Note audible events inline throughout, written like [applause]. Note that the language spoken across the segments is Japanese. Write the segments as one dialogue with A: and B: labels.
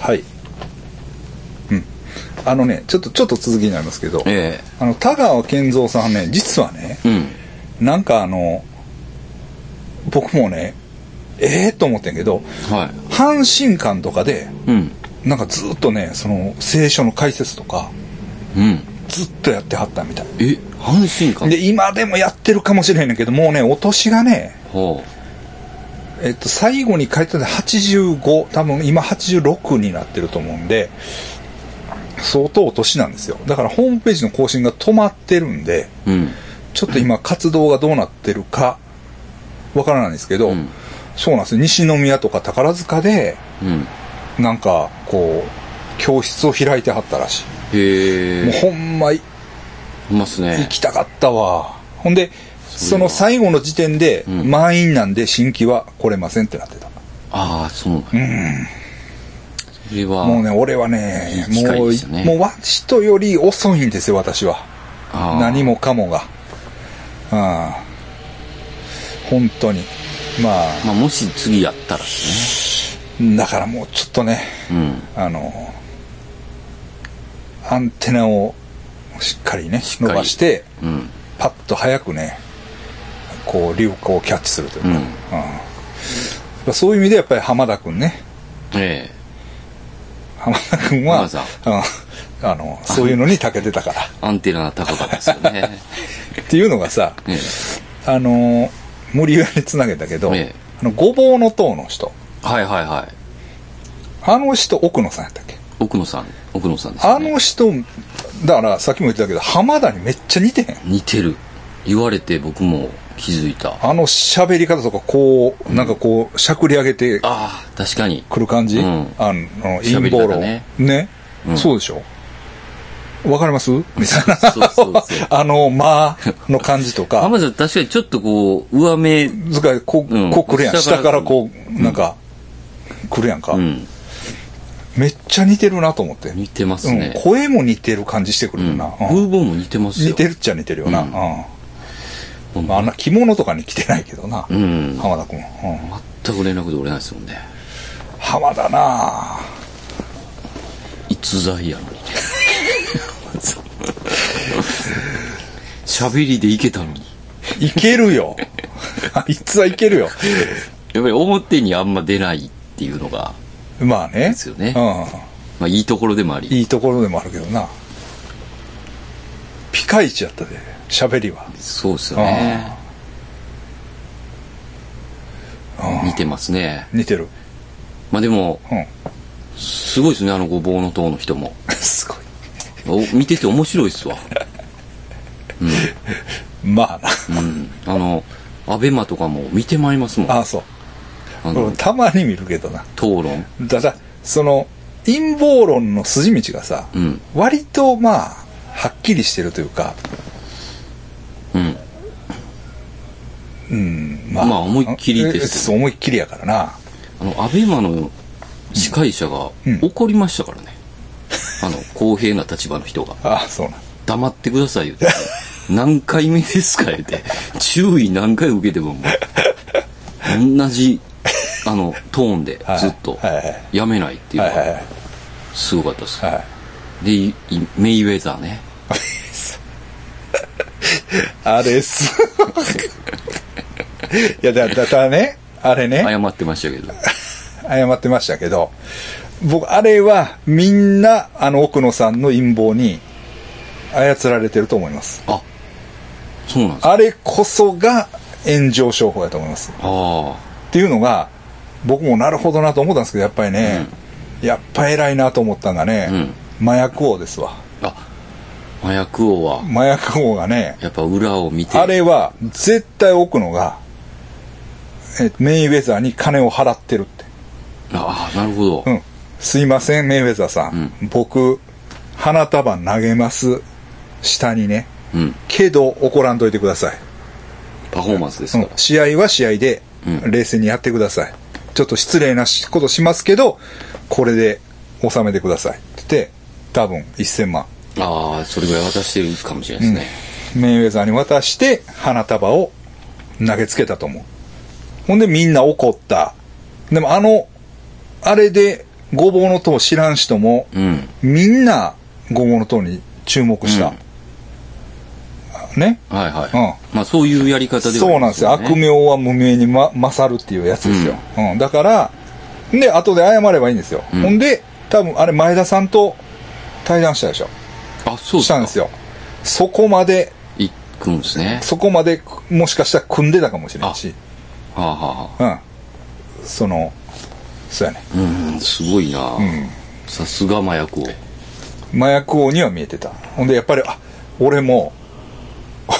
A: はい。うん。あのね、ちょっと、ちょっと続きになりますけど、
B: え
A: あの、田川健三さんね、実はね、
B: え。うん。
A: なんかあの、僕もね、ええと思ってんけど、
B: は
A: 阪神館とかで、
B: い。うん。
A: なんかずっとね、その、聖書の解説とか、
B: うん。
A: ずっとやってはったみたい。
B: え、阪神か。
A: で、今でもやってるかもしれへんねんけど、もうね、お年がね、
B: ほ
A: えっと、最後に書いてたのは85、多分今86になってると思うんで、相当お年なんですよ。だからホームページの更新が止まってるんで、
B: う。うん。
A: ちょっと今活動がどうなってるか、わからないんですけど、
B: うん
A: そうなんですよ。西宮とか宝塚で、
B: うん。
A: なんか、こう、教室を開いてはったらしい。
B: へ
A: もう
B: え。
A: ほんまい
B: ほんます
A: 行
B: ね。
A: きたかったわ。ほんで、
B: そ
A: そう
B: い
A: の
B: う
A: 最後の時点で、
B: うん
A: 満員なんで新規は来れませんってなってた。
B: ああ、そうなんや。それは、
A: もうね、俺はね、
B: いい機会
A: もう、
B: でしたね
A: もうわ、人より遅いんですよ、私は。
B: あー
A: 何もかもが。ああ。本当に。まあ、
B: まあ、もし次やったらです
A: だからもうちょっとね、
B: ね。
A: あの、アンテナをしっかりね、
B: か
A: 伸
B: り
A: ばして、
B: うん。うん。
A: パッと早くね、こう、流行をキャッチするというか。
B: うん
A: うんそういう意味でやっぱり浜田くんね。
B: ええ。
A: 浜田くんは、
B: 浜田
A: うんあの、そういうのに長けてたから。
B: アンテナ高かったですよね。 [laughs]
A: っていうのがさ、
B: ええ。
A: あのー無理やりつなげたけど、
B: ええ
A: あの、ごぼうの塔の人。
B: はいはいはい。
A: あの人、奥野さんやったっけ
B: 奥野さん、奥野さんです
A: あ
B: よね。
A: の人、だからさっきも言ってたけど、浜田にめっちゃ似てへん。
B: 似てる。言われて僕も気づいた。あ
A: あの喋り方とか、こう、なんかこう、しゃくり上げて
B: あー、確かに。
A: くる感じ、
B: うん
A: あの、
B: 喋
A: 陰
B: り
A: 謀
B: 方
A: 論。
B: ね
A: ね
B: うん
A: そうでしょわかりますみたいな。
B: そうそうそう
A: あの、まあの感じとか、
B: 浜田さん確かにちょっとこう、上目、う
A: ずかこう、
B: うん
A: こう来るやん。
B: 下
A: 下
B: から
A: からこう、なんか、来るやんか、
B: ん、
A: めっちゃ似てるなと思って。
B: 似てますね
A: うん、。声も似てる感じしてくる
B: う
A: よ
B: ん。
A: な、うん
B: 風貌も似てますよ。
A: 似てるっちゃ似てるよな、
B: う
A: うんん
B: うん
A: まあ、あんな着物とかに着てないけどな、
B: うん
A: 浜田君、うん、
B: 全く連絡取れないですもんね。
A: 浜田なあ
B: 逸材やのに。 [laughs] 喋りでいけたのに。
A: いけるよ [laughs] あいつはいけるよ
B: やっぱり表にあんま出ないっていうのが、
A: まあね
B: ですよねまあいいところでもあ
A: うん、
B: り。
A: いいところでもあるけどなピカイチやったで喋りは
B: そうですよね。似てますね。
A: 似てる [laughs]
B: まあでも、
A: うん
B: すごいですね、あのごぼうの塔の人も。
A: すごい
B: お見てて面白いっすわ。
A: まあな
B: うん。あの、アベマとかも見てまいりますもん。
A: あ
B: あ
A: あそう
B: の
A: 俺、たまに見るけどな
B: 討論。
A: ただその陰謀論の筋道がさ、
B: うん。
A: 割とまあはっきりしてるというか
B: うん。
A: うんま
B: まあ思いっきりです
A: え思いっきりやからな
B: あの、アベマの司会者が
A: うん
B: 怒りましたから
A: [laughs]
B: ね。あの、公平な立場の人が。
A: ああそうなん
B: 黙ってください言って。何回目ですか言って。注意何回受けてももう。同じ、あの、トーンで
A: はい
B: ずっと
A: はいはい、
B: やめないっていう
A: は
B: の
A: いはいは
B: が、すごかったです。
A: いはい
B: で、いいメイウェザーね。
A: あれっす
B: [laughs]
A: いやだだからねあれね
B: 謝ってましたけど。
A: 謝ってましたけど僕あれはみんなあの奥野さんの陰謀に操られてると思います
B: あ、そうなんですか。
A: あれこそが炎上商法やと思います
B: ああ
A: っていうのが僕もなるほどなと思ったんですけどやっぱりね、やっぱ偉いなと思ったんがね、麻薬王ですわ
B: ー。あ、麻薬王は、
A: 麻薬王がね
B: やっぱ裏を見て。
A: あれは絶対奥野が、えメイウェザーに金を払ってるって。
B: ああ、なるほど。
A: うん。すいません、メイウェザーさん。僕、花束投げます。下にね。
B: うん。
A: けど怒らんといてください。
B: パフォーマンスです
A: う
B: か
A: ん
B: ら。。
A: 試合は試合で
B: うん
A: 冷静にやってください。ちょっと失礼なことしますけど、これで収めてください。って言って、多分1000万。
B: ああ、それぐらい渡してるかもしれないですね。
A: メイウェザーに渡して花束を投げつけたと思う。ほんでみんな怒った。でもあの、あれでごぼうの塔知らん人も、
B: うん。
A: みんなごぼうの塔に注目した。ね。
B: はいはい。
A: う
B: まあそういうやり方ではあ
A: そう
B: り
A: なん
B: ま
A: ですよ。
B: ね
A: 悪名は無名に、ま、勝るっていうやつですよ。うん。だから、で、後で謝ればいいんですよ。
B: うん
A: ほんで、多分あれ、前田さんと対談したでしょ。
B: あ、そう
A: したんです
B: よ。
A: よ。そこまで、
B: 行くんですね。
A: そこまで、もしかしたら組んでたかもしれんし。
B: はあ、はあはあ、
A: うん。その、そうやね。
B: うん、すごいな、
A: ん
B: さすが麻薬王。
A: 麻薬王には見えてた。ほんで、やっぱり、あ、俺も、 [laughs] あ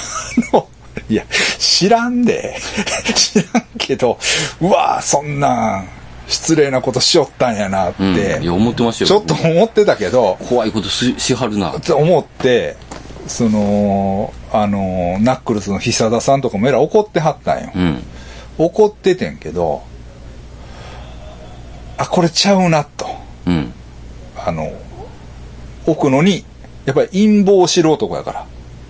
A: の、いや、知らんで、 [laughs] 知らんけど、うわぁ、そんなん、失礼なことしよったんやなって、
B: うん。いや、思ってましたよ。
A: ちょっと思ってたけど、
B: 怖いことししはるな。
A: って思って、その、あの、ナックルスの久田さんとかもえらい怒ってはったんよ。
B: うん。
A: 怒っててんけど、あ、これちゃうなと。
B: うん。
A: あの、奥野に、やっぱり陰謀を知る男やから、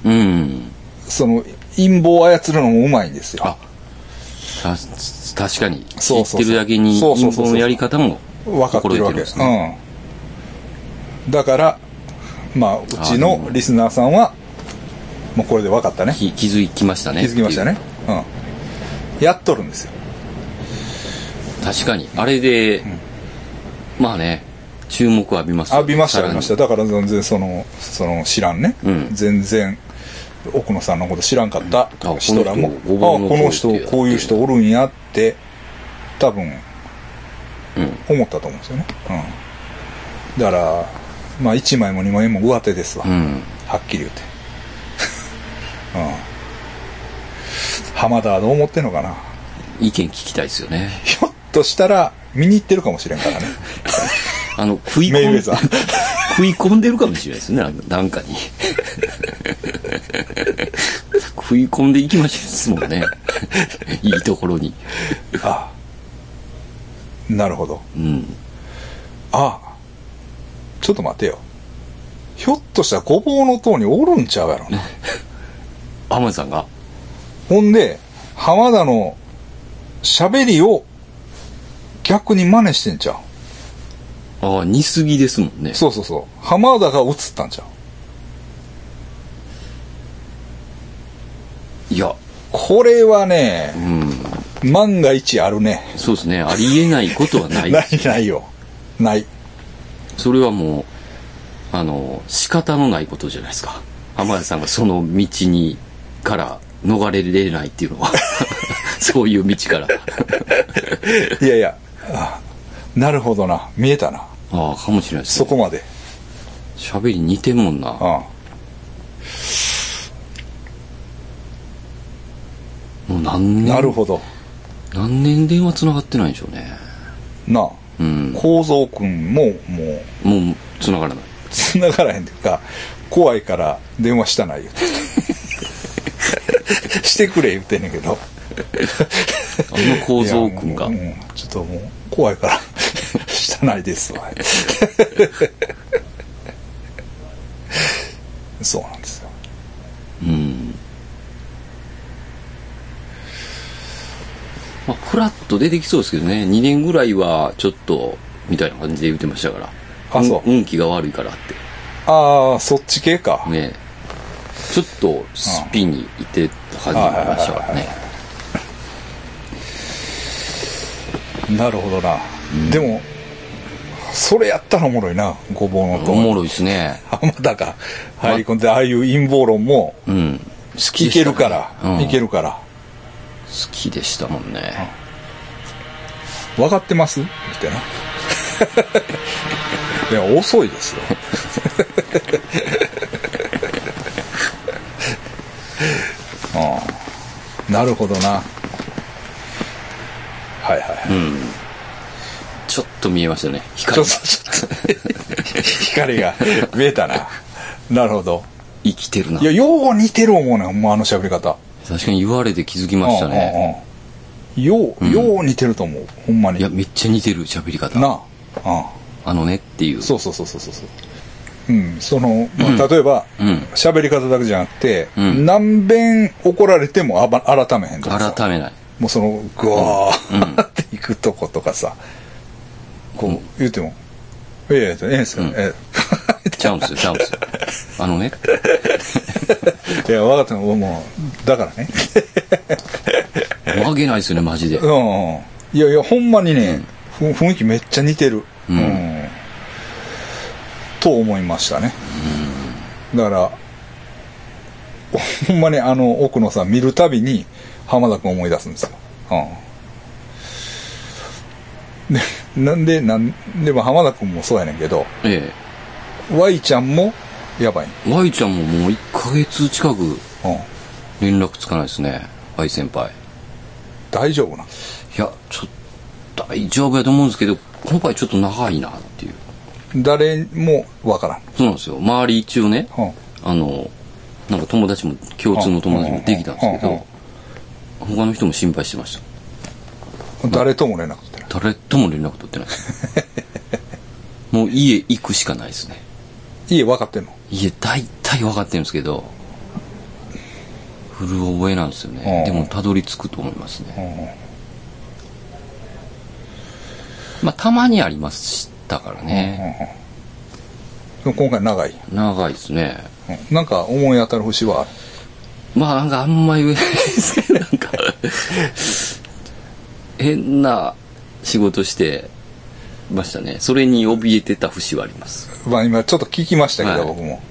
B: うん。
A: その陰謀を操るのもうまいんですよ。
B: あ、た、確かに。
A: そうそうそう
B: 知ってるだけに、
A: そうそうそう
B: 陰
A: そう
B: 謀のやり方も
A: 分かってるわ
B: 心得
A: け。
B: んですね。
A: うん。だから、まあ、うちのリスナーさんは、もうこれで分かったね。
B: き気づきましたね。
A: 気づきましたね。うん。やっとるんですよ。
B: 確かに。あれで、まあね、注目浴びますよね
A: 浴びました、
B: さら
A: 浴
B: に
A: びました。だから全然その、その、知らんね。
B: うん
A: 全然、奥野さんのこと知らんかった
B: うん
A: 人らも、あ
B: あ
A: こ
B: この人ご
A: の人
B: ぼうの塔っていう、
A: こういう人おるんやって、多分、思ったと思うんですよね。うん。だから、まあ、1枚も2枚も上手ですわ。
B: うん。うん。
A: はっきり言って。 [laughs] うん。浜田はどう思ってんのかな。
B: 意見聞きたいですよね。
A: ひょっとしたら、見に行ってるかもしれん
B: [laughs]
A: からね。
B: あの、食い
A: メイ
B: 込
A: ウ
B: ん
A: ェザー。
B: [laughs] 食い込んでるかもしれないですね、なんかなんかに。 [laughs] 食い込んでいきましょうですもんね。 [laughs] いいところに。
A: ああなるほど。
B: うん。
A: ああちょっと待てよ。ひょっとしたらごぼうの塔におるんちゃうやろな。
B: アマンさんが
A: ほんで、浜田の喋りを逆に真似してんちゃう。
B: ああ、似すぎですもんね。
A: そうそうそう。浜田が映ったんちゃう。
B: いや、
A: これはね、
B: うん。
A: 万が一あるね。
B: そうですね。ありえないことはない。
A: ないないよ。ない。
B: それはもう、あの、仕方のないことじゃないですか。浜田さんがその道に、から逃れれないっていうのは。 [laughs] そういう道から。
A: いやいや、ああなるほどな。見えたな。
B: ああ、かもしれないです
A: そ
B: ね。
A: こまで。
B: 喋り似てんもんな。
A: あ
B: もう何
A: あ
B: 年
A: なるほど。
B: 何年電話繋がってないんでしょうね。
A: なあ。
B: うん。
A: 構造くんも、もう、
B: もう、繋がらない。
A: 繋がらへんというか、怖いから電話した
B: [laughs]
A: ない言うて。してくれ言ってんねんけど。
B: あの構造君が
A: いや。もううんちょっともう、怖いから、 [laughs] したないです
B: [laughs]
A: わ。そうなんですよ。
B: うん。まあ、フラッと出てきそうですけどね。2年ぐらいは、ちょっと、みたいな感じで言ってましたから。
A: あそう
B: 運運気が悪いからっ
A: ああ、そっち系か
B: て。。ね。ちょっと、スピンに行ってた感じになりましたからね。
A: なるほどな。でも、それやったらおもろいな、ごぼうの
B: お
A: と。
B: もろいですね。
A: 浜田が入り込んで、ああいう陰謀論も、
B: うん。好き
A: い
B: でし
A: け
B: た
A: るから、
B: うん
A: いけるから。
B: 好きでしたもんね。
A: 分かってますみたいな。いや、遅い [laughs] ですよ。 [laughs] ああなるほどな。はいはいはい。
B: ちょっと見えましたね。
A: ちょ
B: 光
A: っと、
B: が
A: ちょっと、光が見えたな。なるほど。。
B: 生きてるない
A: や、よう似てる思うねん、ほんまあの喋り方。
B: 確かに言われて気づきましたね。
A: うんうんうんよう、よう似てると思う。ほんまに。
B: いや、めっちゃ似てる喋り方。
A: なあ。うん
B: あのねっていう。
A: そうそうそうそうそうそう。うん、その、まあ、例えば
B: うん、
A: 喋、り方だけじゃなくて、
B: ん
A: 何遍怒られてもあば改めへんとかさ、
B: 改めない。
A: もうその、ぐわーっていくとことかさ、こう言っても、いやいや、ええんすよ。
B: うん
A: え
B: ちゃうんですよ、ちゃうんですよ。あのね、
A: えいや、分かったの、もう、だからね。
B: 曲げないですよね、マジで。
A: うん。いやいや、ほんまにね、ふ雰囲気めっちゃ似てる。
B: うん
A: と思いましたね。だから、ほんまにあの、奥野さん見るたびに、浜田君思い出すんですよ。うん。で、なんで、なんでも浜田君もそうやねんけど、
B: え
A: Y ちゃんも、やばい、
B: え。Y ちゃんももう1ヶ月近く
A: うん。
B: 連絡つかないですね、Y 先輩。
A: 大丈夫なん
B: いや、ちょっと大丈夫やと思うんですけど、今回ちょっと長いなっていう。
A: 誰もわからん。
B: そうなんですよ。周り一応ね、
A: うん。
B: あの、なんか友達も、共通の友達もできたんですけ
A: うんうん
B: ど、他の人も心配してました。
A: 誰とも連絡取ってない。
B: 誰とも連絡取ってないです。 [laughs] もう家行くしかないですね。
A: 家分かってんの
B: 家大体分かってるんですけど、古覚えなんですよね。
A: う
B: で
A: ん
B: もたどり着くと思いますね。まあたまにありましたからね。
A: でも今回長い。
B: 長いですね。
A: うんなんか思い当たる節はある。
B: まあなんかあんま言えないですけど、なんか、変な仕事してましたね。それに怯えてた節はあります。
A: まあ今ちょっと聞きましたけど、
B: はい
A: 僕も。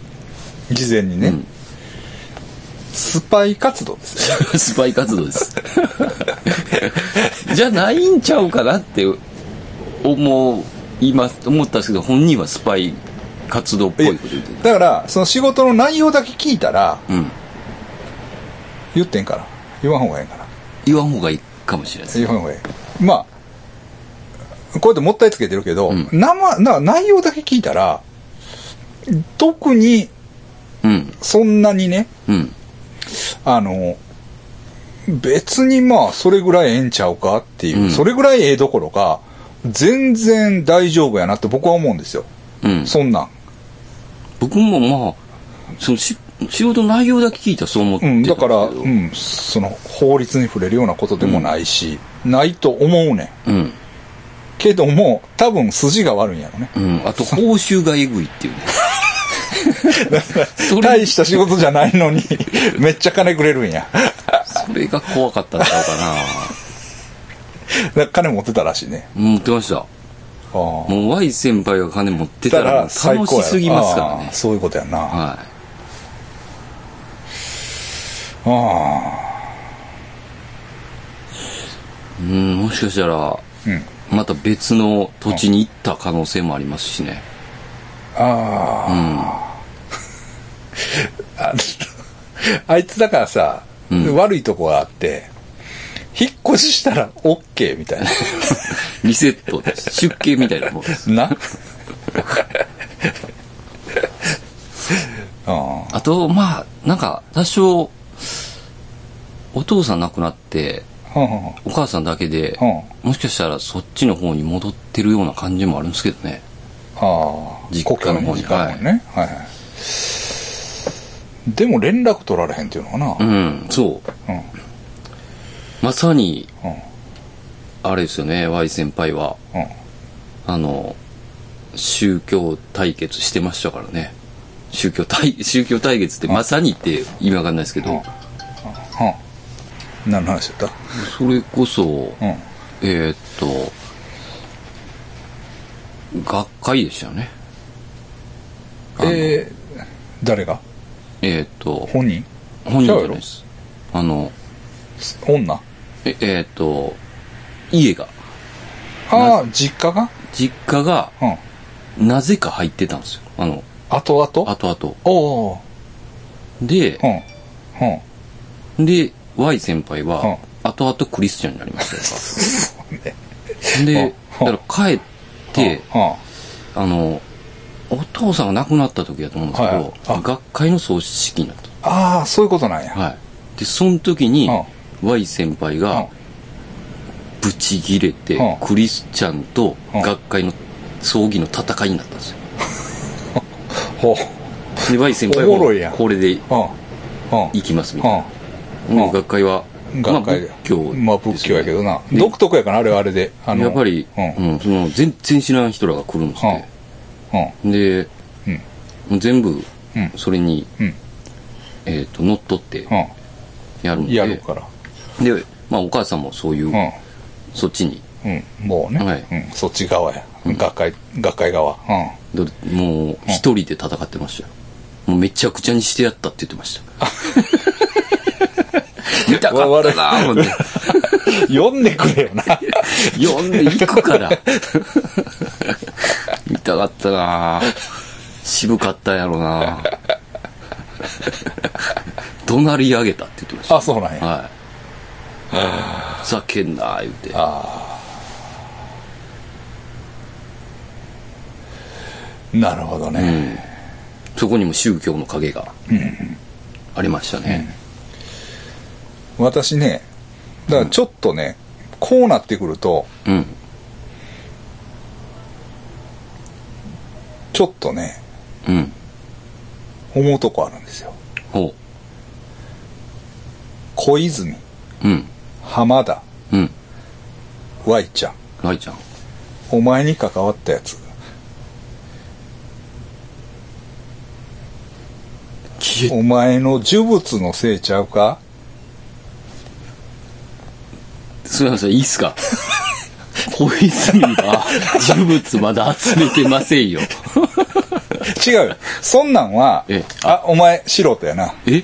A: 事前にね、
B: うん
A: スパイ活動ですよ。
B: [laughs] スパイ活動です。じゃないんちゃうかなって思います、思ったんですけど、本人はスパイ活動っぽいこと言ってる。
A: だから、その仕事の内容だけ聞いたら、
B: うん。
A: 言ってんから。言わん方がええんかな。
B: 言わん方がいいかもしれないです。
A: 言わん方がええ。まあ、こうやってもったいつけてるけど、
B: うん
A: 生、な内容だけ聞いたら、特に
B: うん。
A: そんなにね、
B: うん。
A: あの、別にまあ、それぐらいええんちゃうかっていう、
B: うん
A: それぐらいええどころか、全然大丈夫やなって僕は思うんですよ。
B: うん。
A: そんなん。
B: 僕もまあ、そのし仕事の内容だけ聞いたらそう思って
A: う
B: たん
A: ん、
B: です
A: だ
B: けど。
A: から、うん、その、法律に触れるようなことでもないし、ないと思うねん。
B: うん。
A: けども、多分筋が悪いんやろね。
B: うん。あと、報酬がえぐいってい
A: [laughs]
B: うね。それ
A: 大、した仕事じゃないの
B: [laughs]
A: に、めっちゃ金くれるんや。
B: それが怖かったんちゃうか
A: だから金持ってたらしいね。
B: な。持ってました。
A: ああ。
B: もう Y 先輩が金持ってたらもう楽しすぎますから
A: あ
B: ね
A: あ。そういうことやな。
B: は
A: ああ。
B: い。うん、もしかしたら、
A: うん。
B: また別の土地に行った可能性もありますしね。
A: ああ。
B: うん。
A: あの [laughs] あいつだからさ、
B: うん
A: 悪いとこがあって、引っ越ししたら OK みたい
B: リセットです。出家みたいなもんです。
A: な。な。[laughs]
B: [laughs]
A: あ
B: あと、まあ、なんか、多少、お父さん亡くなって、
A: あ。うん
B: お母さんだけで、
A: うん
B: もしかしたらそっちの方に戻ってるような感じもあるんですけどね。
A: ああ。
B: 実家の方に
A: 故郷の方ね。はいはい。でも連絡取られへんっていうのかな。う
B: う
A: ん。
B: ん、そう。まさに、あれですよね、Y 先輩は。
A: うん。
B: あの、宗教対決してましたからね。宗教対、 [laughs] 宗教対決ってまさにって意味わかんないですけど、
A: うん。何の話だっ
B: それこそ、
A: たうん。
B: えーっと、学会でしたよね。
A: えー、誰が
B: えーっと、
A: 本人
B: 本人じゃないです。あの、
A: 女
B: ええーっと、家が、
A: ああ、実家が
B: 実家が、
A: うん。
B: なぜか入ってたんですよ。あの、
A: 後々
B: 後々。
A: おお。
B: で
A: う、ん。うん。
B: で、Y 先輩
A: うん
B: は、後々クリスチャンになり
A: [laughs]
B: ました
A: ね
B: よ。で、
A: うん
B: だから帰って、
A: う
B: あの、お父さんが亡くなった時だと思うんですけ
A: はいあ
B: ど、学会の葬式になっ
A: んああ、そういうことなんや。
B: た。はい。で、その時に、Y 先輩
A: うん
B: が、ブチギレて
A: うん、
B: クリスチャンと
A: うん
B: 学会の葬儀の戦いになったんですよ。
A: ほう。
B: で、Y 先輩
A: おもろいや
B: は、
A: ん
B: これで
A: うん。うん。
B: 行きますみたいな。
A: う
B: もう学会は、
A: ん。
B: まあ
A: 学会で
B: 仏。教。
A: まあ仏教やけどな。
B: で
A: 独特やから、あれはあれで。あの
B: やっぱり、
A: うん。
B: うん、その全然知らん人らが来るんです
A: うん
B: ね。で、
A: うん
B: 全部
A: うん、
B: それに、
A: うん、
B: えっ、と、乗っ取って
A: う
B: やるん
A: ん。
B: で。
A: やるから。
B: で、まあ、お母さんもそうい
A: う
B: う、
A: ん。
B: そっちに、
A: うん、もうね、
B: はい
A: うん、そっち側や、学会学会側、うん、
B: どもう、一人で戦ってましたよ。もうめちゃくちゃにしてやったって言ってました。
A: [laughs]
B: 見たかったなぁ、思って。
A: 読んでくれよな
B: [laughs] 読んでいく [laughs] から。見たかったな渋かったやろな怒鳴り上げたって言ってました。
A: あそうなんや、
B: はい。ふざけんな言うて。
A: なるほどね、
B: そこにも宗教の影がありましたね。
A: 私ねだからちょっとね、こうなってくると
B: うん。
A: ちょっとね
B: うん。
A: 思うとこあるんですよ
B: ほ
A: 小泉
B: う。うん。
A: 浜田
B: うん。
A: Y ちゃん
B: ライちゃん。
A: お前に関わったやつ
B: 消え、
A: お前の呪物のせいちゃうか
B: すみません、いいっす [laughs] か小泉は、呪物まだ集めてませんよ。
A: 違うよそんなんは
B: ええ
A: あお前素人やな
B: え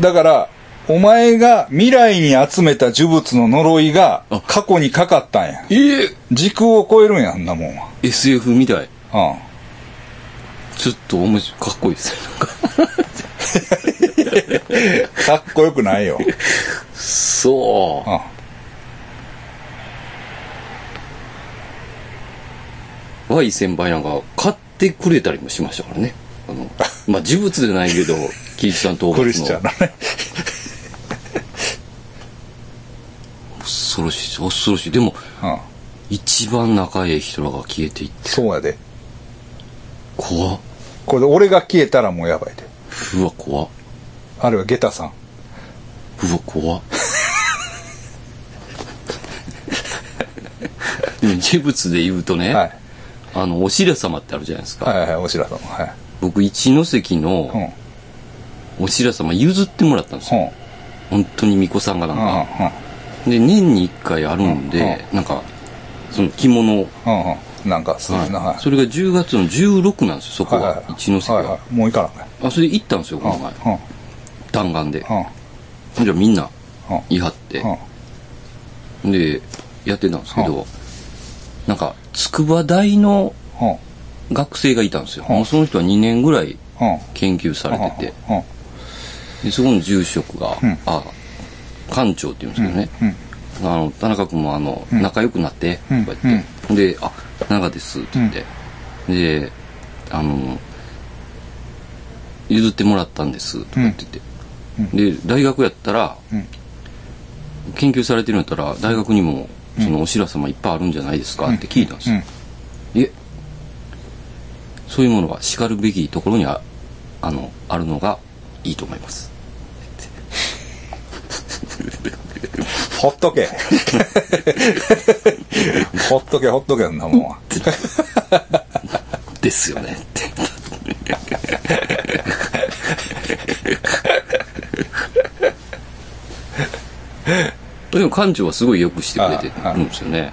A: だから、お前が未来に集めた呪物の呪いが
B: あ
A: 過去にかかったんや。
B: え
A: 時空を超えるんや、あんなもんは。
B: ?SF みたい。
A: うん。
B: ちょっと面白い、かっこいいですね。なんか
A: かっこよくない
B: [laughs]
A: よ。
B: そうう。
A: ん。
B: Y 先輩なんか買ってくれたりもしましたからね。あ [laughs] の、まあ、呪物じゃないけど、キリシタン討
A: クリ
B: 伐
A: スチャン
B: の
A: だね。
B: 恐ろしい、恐ろしい。でも、
A: うん。
B: 一番仲いい人らが消えていって、
A: そうやで。
B: 怖っ。
A: これで俺が消えたらもうやばいで。
B: うわ、怖っ。
A: あるいはゲタさん。
B: うわ、 [laughs] 怖っ。でも、呪物で言うとね、
A: はい。
B: あの、おしら様ってあるじゃないですか。
A: はいはいはい、おしらさんも。はい。
B: 僕、一ノ関
A: うん。
B: のおしら様譲ってもらったんですよ。
A: うん。
B: 本当に巫女さんがなん
A: うん。うん
B: か、。で、年に一回あるんで、なんか、その着物を、
A: うん。うん。なんか、そういうな。はい。
B: それが10月の16なんですよ、そこが、一ノ瀬
A: はいは
B: が。
A: い。もう行かな
B: あ、それで行ったんですよ、この
A: い。
B: 前。
A: うん。うん。
B: 弾丸で。
A: うん。
B: じゃあみんな、
A: うん。
B: 言い張って
A: う、ん。
B: で、やってたんですけど、なんか、筑波大の
A: うん。
B: 学生がいたんですよ。
A: うん
B: もうその人は2年ぐらい
A: うん。
B: 研究されてて、
A: うん。
B: で、そこの住職が
A: ん、
B: あ、館長って言うんですけどね、
A: うん。
B: あの、田中君もあの、仲良くなって、
A: う
B: と
A: ん
B: か言って、で、あ、田中ですって言って、で、あの、譲ってもらったんです、とか言ってて、で、大学やったら、
A: ん
B: 研究されてるんやったら、大学にも、その、おしら様いっぱいあるんじゃないですかって聞いたんですよ。いえ、そういうものは叱るべきところにあ、あの、あるのがいいと思います。
A: ほっとけ。ほっとけ、ほっとけ、そんなもんは。
B: ですよねって。でも館長はすごいよくしてくれてるんですよね。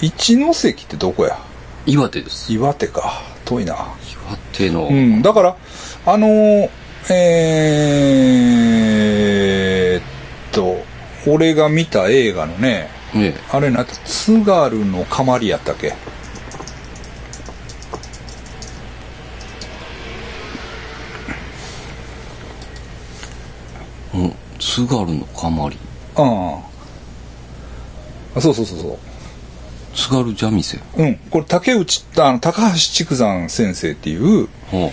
A: 一ノ関ってどこや
B: 岩手です。
A: 岩手か。遠いな。
B: 岩手の、
A: うん。だから、あのー、えーっと、俺が見た映画のね、
B: ね
A: あれなんて、津軽のかまりやったっけ
B: うん、津軽のかまり、
A: うん。あそうそうそうそ
B: 津軽三味線。
A: う。うん。これ、竹内、あの、高橋畜山先生っていう、
B: は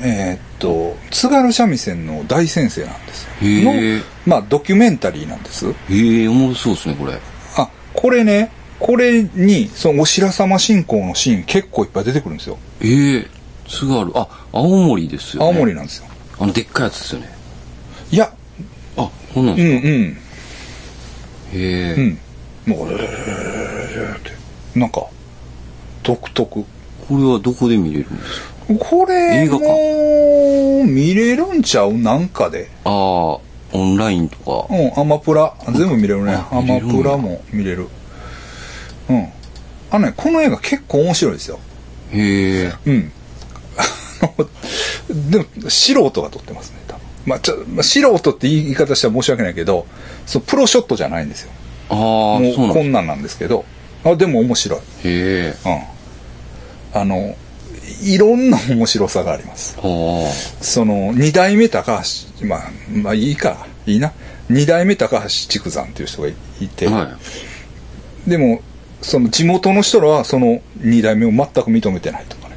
A: えーっと、津軽三味線の大先生なんですよ。
B: へー
A: の、まあ、ドキュメンタリーなんです。
B: あ、へえ、おもろそうですね、これ。
A: あ、これね、これに、その、お白様信仰のシーン結構いっぱい出てくるんですよ。
B: ええ、津軽、あ、青森ですよ、ね。
A: 青森なんですよ。
B: あの、でっかいやつですよね。
A: いや、
B: あ、こんなん
A: うん
B: ですか。
A: うん、
B: へえ、
A: うん。もう、えーってなんか、独特。
B: これはどこで見れるんですか
A: これ
B: 映画
A: も見れるんちゃうなんかで。
B: ああ、オンラインとか。
A: うん、アマプラ。全部見れるね。
B: あ
A: アマプラも見れる。うん。あのね、この映画結構面白いですよ。
B: へえ。
A: うん。 [laughs] あのでも、素人が撮ってますね、多分。まあ、ちょ、まあ、素人って言い方したら申し訳ないけど、そのプロショットじゃないんですよ。
B: ああ
A: も、
B: そう
A: うこ
B: なんだ。
A: んなんなんですけど。あ、でも面白い。
B: へえ。
A: うん。あの、いろんな面白さがあります。
B: ああ。
A: その、二代目高橋、まあ、まあいいか、いいな。二代目高橋畜山っていう人がいて、
B: は
A: でも、その地元の人らはその二代目を全く認めてないとかね。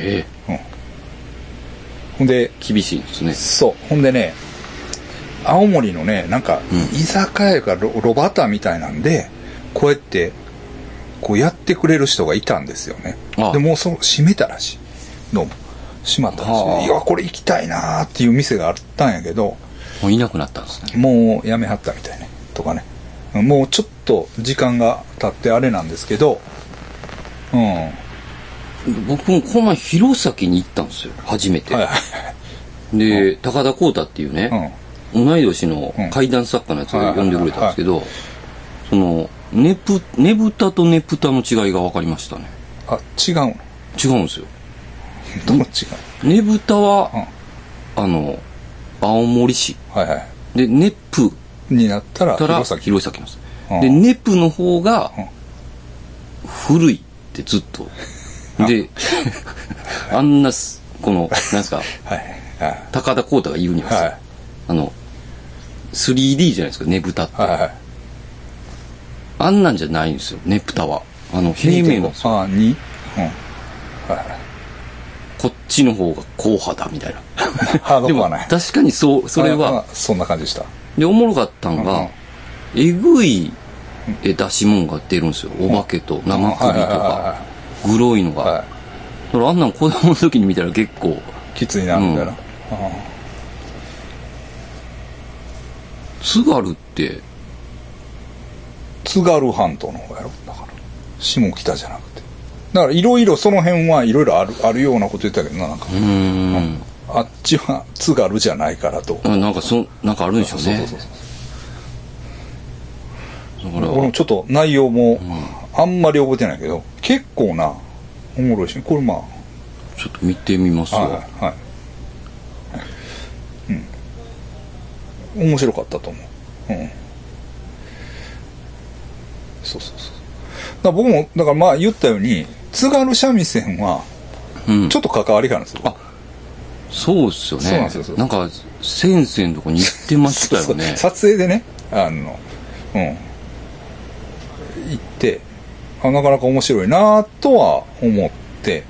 B: い。へえ。
A: ほんで、
B: 厳しいですね。
A: そう。ほんでね、青森のね、なんか、
B: うん
A: 居酒屋かロロバタみたいなんで、こうやって、こうやってくれる人がいたんですよね。
B: ああ
A: でもうその閉めたらしい。どうも。閉まったらしい。
B: はあ
A: いや、これ行きたいなーっていう店があったんやけど、
B: もういなくなったんですね。
A: もうやめはったみたいね。とかね。もうちょっと時間が経ってあれなんですけど、うん。はい
B: 僕もこの前、弘前に行ったんですよ。初めて。
A: はい。
B: で、高田光太っていうね、同い年の怪談作家のやつが呼んでくれたんですけど、その、ねぷ、ねぶたとねぷたの違いが分かりましたね。
A: あ、違うの [laughs]
B: 違うんですよ。
A: どう違う
B: ねぶたは、あの、青森市。
A: はいはい。
B: で、ねぷ
A: になったら、
B: たら
A: 弘前。
B: 弘前なんです。
A: うん
B: で、ねぷの方が
A: うん、
B: 古いってずっと。で、あんなす、この、なんすか、
A: はい。はい。
B: 高田光太が言うにはさ、
A: はい
B: あの、3D じゃないですか、ねぶたって。
A: はいはい。
B: あんなんじゃないんですよ、ねぶたは。あの、平面なんですよ。
A: ああ、2? うん。はい
B: こっちの方が硬派だ、みたいな。
A: はい。ハード
B: で
A: コア
B: も
A: な、い。
B: 確かにそう、それ
A: まあ
B: は、
A: そんな感じでした。
B: で、おもろかったんが、えぐいえ出し物が出るんですよ。お化けと生首
A: はい
B: と
A: はいはい
B: か
A: は、
B: グロいの
A: は
B: が。だからあんなん子供の時に見たら結構、
A: い。きついな、みたいな。
B: うん
A: あ
B: 津軽って、
A: あ津軽半島の方やろだから。下北じゃなくて。だから、いろいろその辺はいろいろある、あるようなこと言ってたけどな、なんか。
B: うーん。
A: あっちは津軽じゃないからと。
B: あなんかそ、なんかあるんでしょう
A: そうそ
B: ね
A: う。そうそう。
B: だから、
A: 俺もちょっと内容も、あんまり覚えてないけど、結構な、おもろいし、これまあ、
B: ちょっと見てみます
A: はい
B: わ。
A: はい、うん、面白かったと思ううんそうそうそうだから僕もだからまあ言ったように津軽三味線は
B: うん
A: ちょ。っと関わりがあるんですよ、
B: あそうっすよね。
A: そうなんですよ
B: なんか、先生のとこに行ってましたよね。
A: そうそう撮影でねあのうん行ってあなかなか面白いなとは思って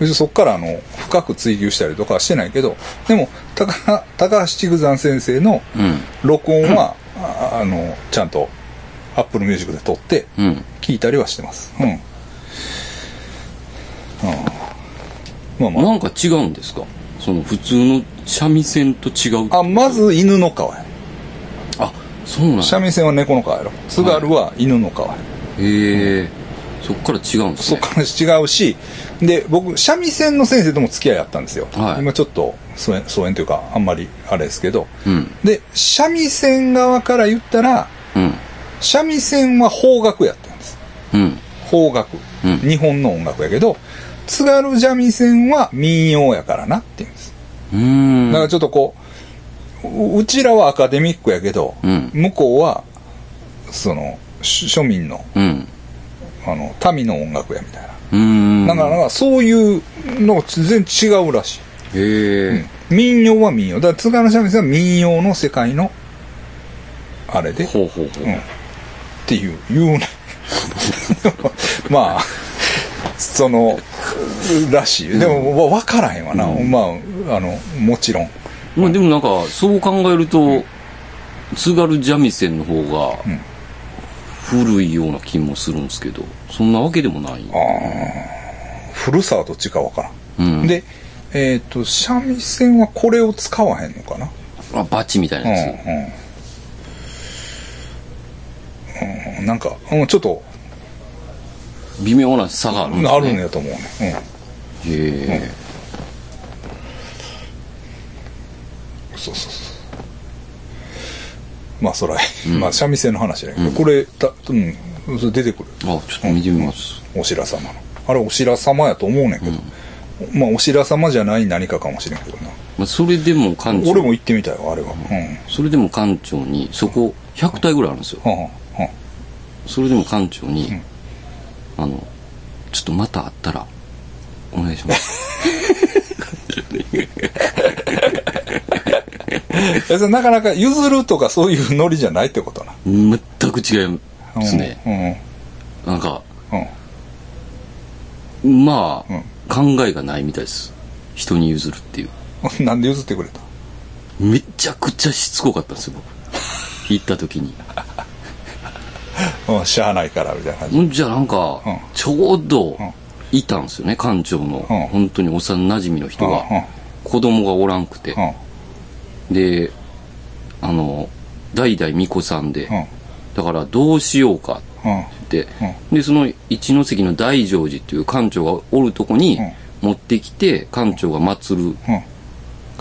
A: 別にそこからあの深く追求したりとかはしてないけどでも高高橋千山先生の
B: うん。
A: 録音は、ああのちゃんと Apple Music で撮って
B: うん。
A: 聞いたりはしてますうん、うん、まあまあ
B: なんか違うんですかその普通の三味線と違う。
A: あまず犬の皮や
B: あ、そうなんだ。
A: 三味線は猫の皮やろ津軽は犬の皮や、
B: へえ。そっから違うんです
A: そっ
B: ね。
A: から違うし、で、僕、三味線の先生とも付き合いあったんですよ。
B: はい
A: 今ちょっと疎遠、疎遠というか、あんまりあれですけど。
B: うん。
A: で、三味線側から言ったら、
B: うん。
A: 三味線は邦楽やったんです。
B: うん。
A: 邦楽。
B: うん
A: 日本の音楽やけど、津軽三味線は民謡やからなって言うんです。
B: うーん。
A: だからちょっとこう、ううちらはアカデミックやけど、
B: うん
A: 向こうは、その、し庶民の、
B: うん。
A: あの、民の音楽やみたいな。
B: うーん。
A: なんか、なんかそういうのが全然違うらしい。
B: へえ。
A: 民謡は民謡。だから津軽三味線は民謡の世界の、あれで、っ
B: ほうほうほう。
A: んていう、言うな。 [laughs] まあ、その、らしい。でも、わわからへんわな。まあ、あの、もちろん。
B: まあでもなんか、そう考えると、津軽三味線の方が、古いような気もするんですけど、そんなわけでもない。
A: 古さはどっちかわからん。
B: うん。
A: で、えっ、と、三味線はこれを使わへんのかな。
B: あ、バチみたいなやつ。
A: うんうんなんか、うん、ちょっと、
B: 微妙な差があるんです
A: ある
B: ね
A: んやと思うね。
B: へ
A: うん。そうそうそう。まあ、そら、まあ、三味線の話だけど、これ、た、うん、それ出てくる。
B: えあちょっと見てみます、
A: お白様の。あれ、お白様やと思うねんけど。まあ、お白様じゃない何かかもしれんけどな。
B: まあ、それでも館長
A: 俺も行ってみたいわ、あれは。うん。
B: それでも館長にそこ100体ぐらいあるんですよ
A: はんはんはん
B: それでも館長に、あのちょっとまたあったらお願いします
A: [laughs] えそれなかなか譲るとかそういうノリじゃないってことな。
B: 全く違いますね、
A: ね。
B: なんか
A: うん。うん。
B: まあ、考えがないみたいです人に譲るっていう
A: うん [laughs] なんで譲ってくれた
B: めちゃくちゃしつこかったんですよ僕行った時に
A: うん、しゃあないから、みたいな感じ。
B: んじゃあなんか、
A: うん
B: ちょうどいたんですよね館長の、
A: うん
B: 本当に幼馴染みの人が、
A: うんうん
B: 子供がおらんくて
A: う、ん。
B: であの代々巫女さんで、
A: うん。
B: だからどうしようか
A: うん。
B: って、でその一ノ関の大乗寺っていう館長がおるとこに
A: ん
B: 持ってきて、館長が祀る
A: うん。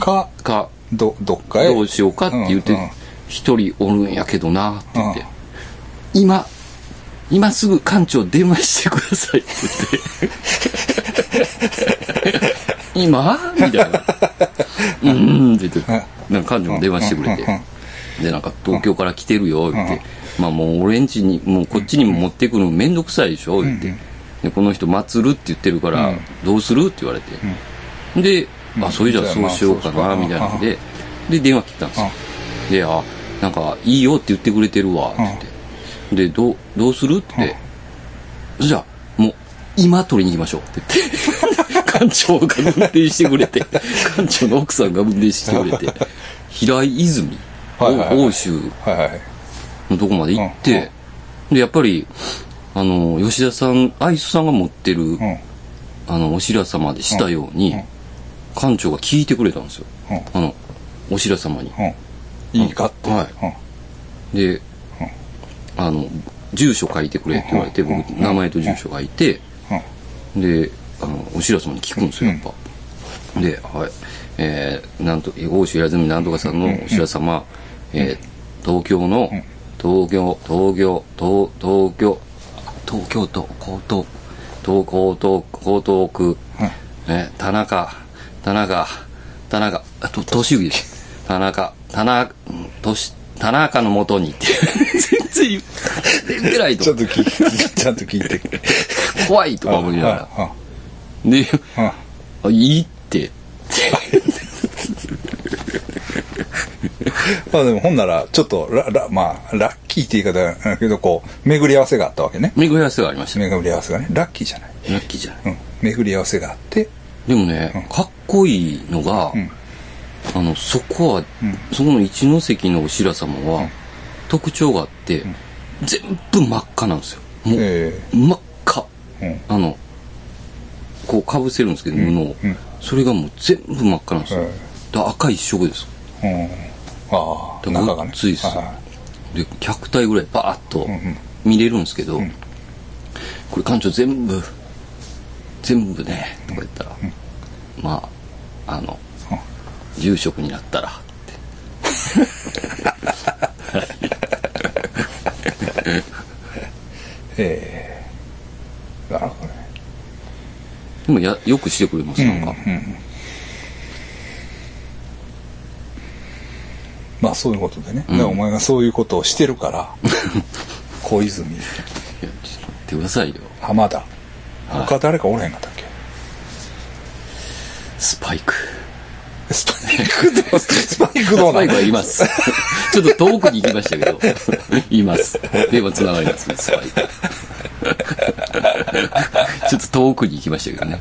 A: か、
B: か
A: ど、どっかへ。
B: どうしようかって言って
A: うんうん
B: 一、人おるんやけどなって言って、今今すぐ館長電話してくださいって [laughs] 言って今みたいな「うーん」って言ってなんか館長も電話してくれて、でなんか東京から来てるよって、まあもう俺んちにもうこっちにも持ってくるのめんどくさいでしょ言って、でこの人祀るって言ってるからどうするって言われて、で、あ、それじゃあそうしようか
A: まあ
B: な、
A: そうしようかな
B: みたいなんで、で、電話切ったんですよ。で、あ、なんか、いいよって言ってくれてるわ、って言って。で、どう、どうするって言って。じゃあ、もう、今取りに行きましょうって言って。館長が運転してくれて、館長の奥さんが運転してくれて、平井泉、
A: はいはいはい
B: お欧州
A: はいはいはい。
B: のとこまで行って、で、やっぱり、あの、吉田さん、愛想さんが持ってる、
A: うん。
B: あの、お白様でしたように、館長が聞いてくれたんですよ。
A: うん
B: あの、お白様に。
A: うん。いいかって。
B: は
A: うん。
B: い。で、あの、住所書いてくれって言われて、僕、名前と住所書いて、で、あの、お白様に聞くんですよ、やっぱ。で、はい。えー、なんと、大州平泉なんとかさんのお白様、えー、東京の、東京、東京、東、東京、東京都、江東、東、江東、江東区、ね、田中、田中、田中、あと、都市です。田中、田中、うん都市、田中のもとにって、全然言う、 [laughs] 全然ない
A: ちょ
B: と
A: っ、と聞いて、ちゃんと聞いて。
B: [laughs] 怖いとか思いながら。
A: うんうん
B: で、
A: うん
B: あいい [laughs] って。
A: まあでも、ほんなら、ちょっと、ら、ら、まあ、ラッキーって言い方だけど、こう、巡り合わせがあったわけね。
B: 巡り合わせがありましたね。
A: 巡り合わせがね。ラッキーじゃない。
B: ラッキーじゃない。
A: うん。巡り合わせがあって、
B: でもね、かっこいいのが、あの、そこは、そこの一ノ関のお白様は、特徴があって、全部真っ赤なんですよ。もう、
A: え
B: 真っ赤。
A: うん
B: あの、こうかぶせるんですけど、布を、それがもう全部真っ赤なんですよ。
A: はい
B: だから赤一色です。
A: えうん。ああ、
B: だか
A: 中
B: らご
A: が
B: っ
A: ね。
B: ついですよ
A: は
B: で100体ぐらいバーッと見れるんですけど、これ館長全部全部ねとか言ったら、まああの、住職になったらって
A: ええなるほどね。
B: でもやよくしてくれますなんか、
A: まあそういうことでね。だからお前がそういうことをしてる
B: [laughs]
A: から、小泉、
B: いやちょっと待ってくださいよ
A: 浜田、他誰かおらへんかったっけ
B: スパイク
A: スパイクどう、スパイクどう
B: スパ
A: な
B: イク
A: の
B: はいます [laughs] ちょっと遠くに行きましたけど [laughs] います電話つながりますねスパイク [laughs] ちょっと遠くに行きましたけどね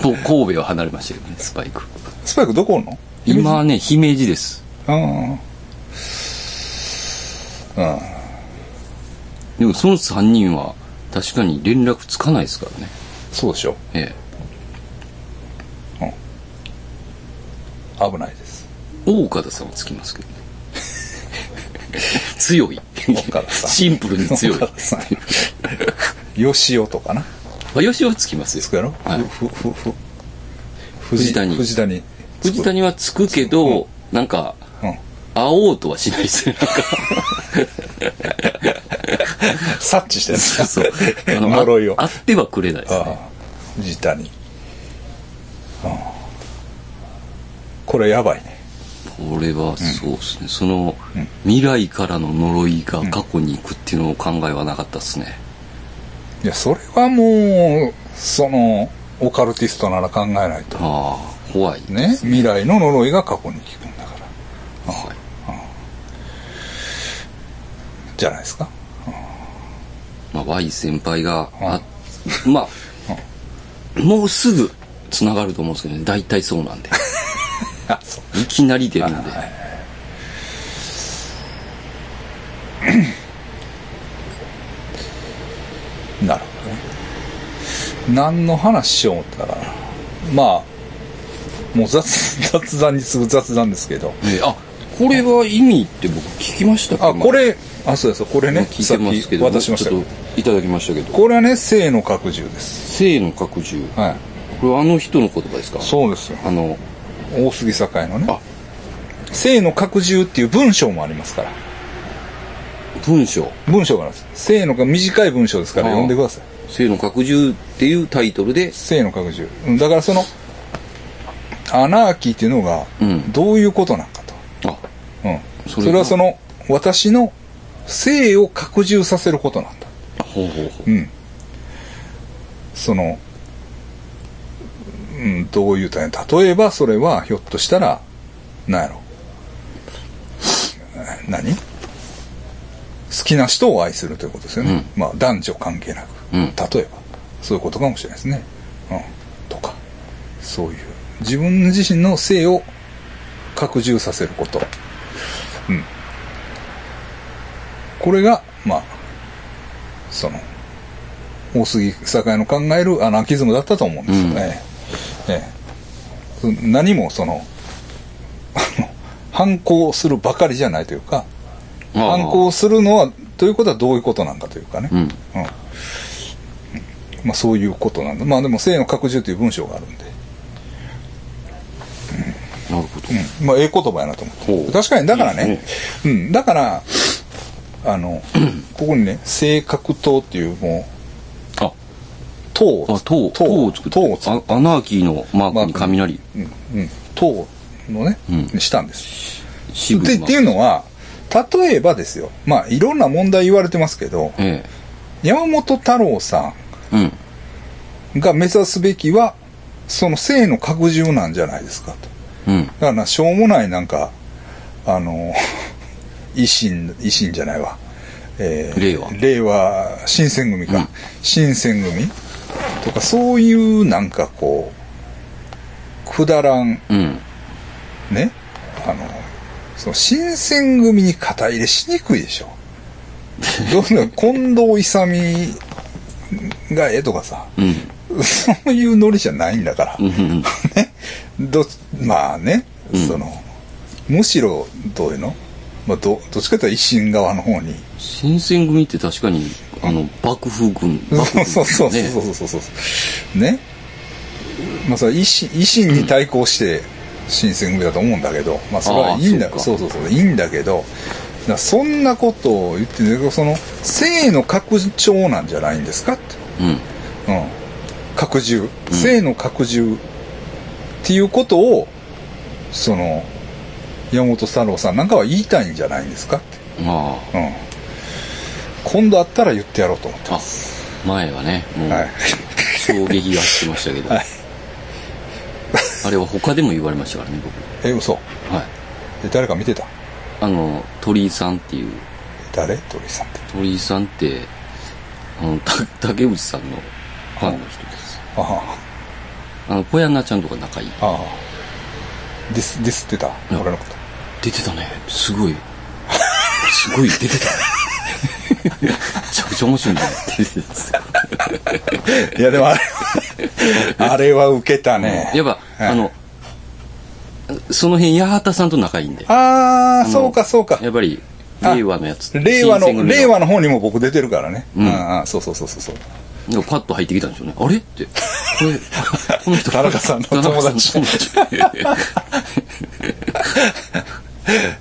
B: と神戸を離れましたけどねスパイク
A: スパイクどこおんの
B: 今ね、姫路です。
A: うん。うん
B: でもその3人は確かに連絡つかないですからね。
A: そうでしょ。
B: え
A: 危ないです。
B: え。大岡田さんはつきますけどね。強い。 [laughs]
A: 岡田さん [laughs]
B: シンプルに強い
A: 岡。田さんよしおとかな。
B: まあ、吉尾つきますよ
A: つ。くやろ
B: はい
A: ふ、ふ、ふ、ふ、
B: 藤谷
A: 藤谷。つく
B: 藤谷はつくけど、なんか、
A: うん。
B: 会おうとはしないですね。なんか、
A: 察知してる。
B: そう。 [laughs] あ
A: [laughs]
B: の、
A: 呪いを。
B: あ会ってはくれないですね。
A: ああ藤谷、うん、これやばいね
B: これは、そうですね。その、未来からの呪いが過去に行くっていうのを考えはなかったですね。
A: いやそれはもうそのオカルティストなら考えないと
B: ああ、怖い。
A: ね未来の呪いが過去に効くんだから
B: はい。
A: じゃないですか
B: まあ、Y 先輩が、あまあ、もうすぐ繋がると思うんですけどね。大体そう [laughs] なんで。
A: あそう
B: いきなり出るんで。
A: なるほどね何の話しよう思ったかなまあもう雑雑談に次ぐ雑談ですけど
B: えーあ、これは意味って僕聞きましたか
A: あこれあそうですこれ
B: まあ
A: ね
B: 聞いてますけど、
A: さっき渡しました
B: ちょ
A: よ
B: っといただきましたけど、
A: これはね性の拡充です
B: 性の拡充。
A: はい
B: これはあの人の言葉ですか
A: そうですよ
B: あの、
A: 大杉栄のね
B: あ
A: 「性の拡充」っていう文章もありますから
B: 文章。
A: 文章があります性の短い文章ですから
B: ああ
A: 読んでください
B: 性の拡充っていうタイトル
A: 「
B: で
A: 性の拡充」うんだからそのアナーキーっていうのが
B: うん
A: どういうことなんかと、
B: あ、
A: うんそ
B: それが
A: れはその私の性を拡充させることなんだ
B: ほうほうほう。
A: うんその、うん、どういうたんや例えばそれはひょっとしたら何やろえ何好きな人を愛するということですよね、まあ男女関係なく、
B: うん
A: 例えばそういうことかもしれないですね、うん、とかそういう自分自身の性を拡充させること、うん、これがまあその大杉栄の考えるアナーキズムだったと思うんですよね、ええええ何もそのあの反抗するばかりじゃないというか
B: ああ
A: 反抗するのはということはどういうことなんかというかね、
B: うん。
A: まあ、そういうことなんだまあでも「性の拡充」という文章があるんで、
B: なるほど。
A: まあええ言葉やなと思っ
B: ほ
A: て
B: う
A: 確かにだからね
B: いいで
A: うんだからあ
B: [clears throat]
A: のここにね「性格闘」っていうも
B: あ、
A: う「党を
B: あ、塔、
A: 党
B: 塔を作って
A: 党を作っ
B: あアナーキーのマークに雷。
A: うんうん党のね、
B: うん
A: にしたんです
B: 渋
A: で
B: い
A: っていうのは例えばですよまあいろんな問題言われてますけど
B: え
A: 山本太郎さ
B: え。うん。
A: んが目指すべきはその性の拡充なんじゃないですかと
B: うん。
A: だからなしょうもないなんかあの [laughs] 維新維新じゃないわ、え
B: 令和
A: 令和新選組か、新選組とかそういうなんかこうくだらん
B: うん。
A: ねあのその新選組に肩入れしにくいで
B: [laughs]
A: しょどうな近藤勇がええとかさ、
B: うん。
A: そういうノリじゃないんだから、
B: うんうん。
A: ね、どまあね、
B: ん
A: そのむしろどういうの、まあ、どどっちかというと維新側の方に
B: 新選組って確かに、あの、幕府軍。幕府
A: そうそ
B: 軍
A: うそう
B: ね
A: そうそうそうそうねまあそれは維新維新に対抗して新選組だと思うんだけど、まあそれはいいんだ
B: ああ
A: そ
B: そう
A: そうそういいんだけどだからそんなことを言ってんだけどその性の拡張なんじゃないんですかって
B: うん。
A: うん、拡充性の拡充っていうことをその山本太郎さんなんかは言いたいんじゃないんですかって、
B: まあ、
A: うん、今度会ったら言ってやろうと思って
B: あ、前はね、もう、
A: はい
B: 衝撃がしてましたけど、
A: はい
B: あれは他でも言われましたからね、僕。
A: え嘘
B: はい。
A: え誰か見てた
B: あの、鳥居さんっていう、
A: 誰鳥さんって
B: 鳥居さんって、あの、た竹内さんのファンの人です。
A: ああ
B: あの、小柳ちゃんとか仲いい。
A: ああディスディスってた
B: うん
A: 俺のこと
B: 出てたね。すごい。すごい、出てたね。めちゃくちゃ面白いね。出てたんですよ
A: いやで
B: [laughs]
A: もあれあれは受けたね
B: やっぱ、あの、その辺、八幡さんと仲いいんで。
A: ああ
B: の
A: そうかそうか
B: やっぱり、
A: あ
B: 令和のやつ。
A: 令和
B: 新選
A: の、
B: 組
A: 令和の方にも僕出てるからね。う
B: うん
A: ん、うん、そうそうそうそうそう。
B: でもパッと入ってきたんでしょうね。あれって。こ
A: [laughs]
B: れ、この人
A: 田中さんの友達
B: 田中さんの友達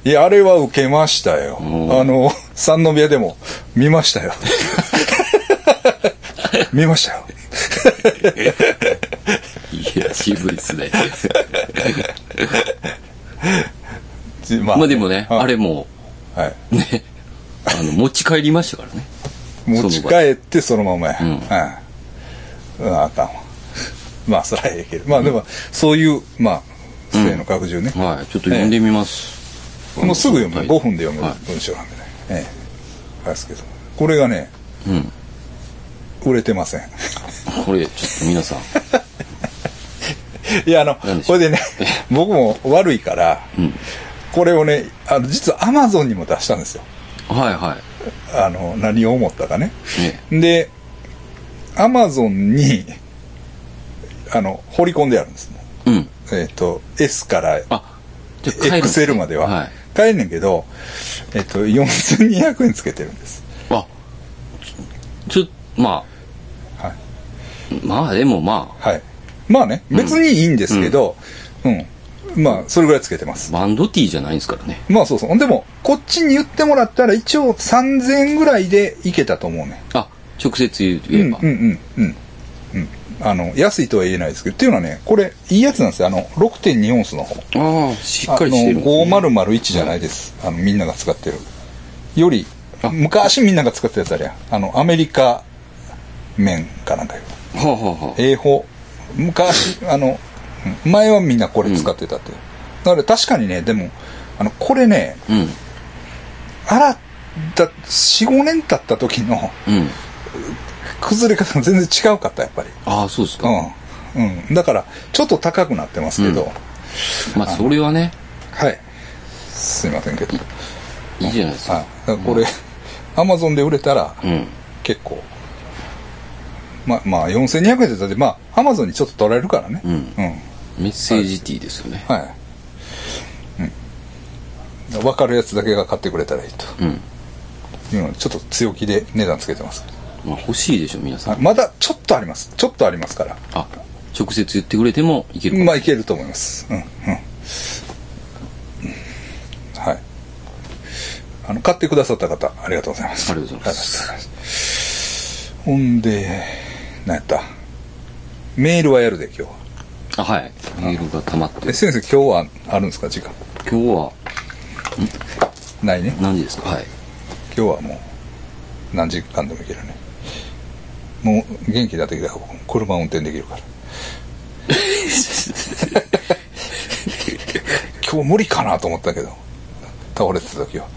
A: いや、あれは受けましたよ。
B: うん
A: あの、三宮でも見ましたよ。
B: [laughs]
A: 見ましたよ。
B: いや、渋い
A: [laughs]
B: ですね。
A: じま
B: まあでもね、
A: はい
B: あれも、
A: はい。
B: ね、あの、持ち帰りましたからね。
A: 持ち帰ってそのままや。うん。うん、あかんわ。まあ、そらええけど。まあでも、そういう、まあ、性の拡充ね。
B: はい、ちょっと読んでみます。
A: もうすぐ読む、
B: はい
A: 5分で読む
B: はい
A: 文章なんでね。ええ。ですけど。これがね、
B: うん。
A: 売れて
B: [laughs]
A: ません。
B: これ、ちょっと皆さん、
A: いや、あの
B: 何で、し
A: こ
B: ょう
A: れでね、僕も悪いから、これをね、あの、実はアマゾンにも出したんですよ。
B: はいは
A: あの、何を思ったかね。
B: い。ね、
A: で、アマゾンに、あの、掘り込んであるんですね。
B: うん。
A: えっ、と、S から
B: あ、じゃあ帰るんですね
A: XL までは。
B: はい。
A: 買えんねんけど、えっ、と、4200円つけてるんです。
B: あ、ちょ、ちょまあ、
A: はい
B: まあでもま
A: はい。まあね、別にいいんですけど、うん。まあ、それぐらいつけてます
B: あ、。バンドティーじゃないですからね。
A: まあそうそう。でも、こっちに言ってもらったら一応3000円ぐらいでいけたと思うね。
B: あ、直接言う
A: うん
B: 言えば。
A: うんうんうん。うん。あの、安いとは言えないですけど、っていうのはね、これ、いいやつなんですよ。あの、6.2オンスの方。
B: ああ、しっかりしてるんですね、
A: あの、5001じゃないです。あの、みんなが使ってる。より、昔みんなが使ってたやつあれや。あの、アメリカ面かなんかよ。
B: はあ、はあはあ、
A: 英語。昔、あの、うん前はみんなこれ使ってたって。だから確かにね、でも、あの、これね、
B: うん。
A: 洗った、4、5年経った時の [laughs]
B: うん。
A: 崩れ方が全然違うかった、やっぱり。
B: ああ、そうですか。
A: うん。うん。だから、ちょっと高くなってますけど、
B: うんまあ、それはね、
A: はい。すいませんけど。
B: いいじゃないですか。
A: はい。だからこれ、アマゾンで売れたら、
B: うん。
A: 結構、ま、まあ、4200円でだって、まあ、アマゾンにちょっと取られるからね。
B: うん
A: うん。
B: メッセージティーですよね。
A: はい。うん。分かるやつだけが買ってくれたらいいと。
B: うん。
A: いうので、ちょっと強気で値段つけてます。
B: まあ、欲しいでしょ、皆さ
A: はい
B: ん。
A: まだちょっとあります。ちょっとありますから。
B: あ、直接言ってくれてもいけるかも。
A: まあ、いけると思います。うん、うん。はい。あの、買ってくださった方、ありがとうございます。
B: ありがとうございます
A: ありがとうございます。ほんで、なんやったメールはやるで、今日は。
B: あ、はい。メールが溜まって
A: え、
B: る。
A: 先生、今日はあるんですか、時間。
B: 今日は、
A: ないね。
B: 何時ですかはい。
A: 今日はもう、何時間でもいけるね。もう、元気だ時だから、僕も車運転できるから。 [laughs] 今日無理かなと思ったけど、倒れてた時は。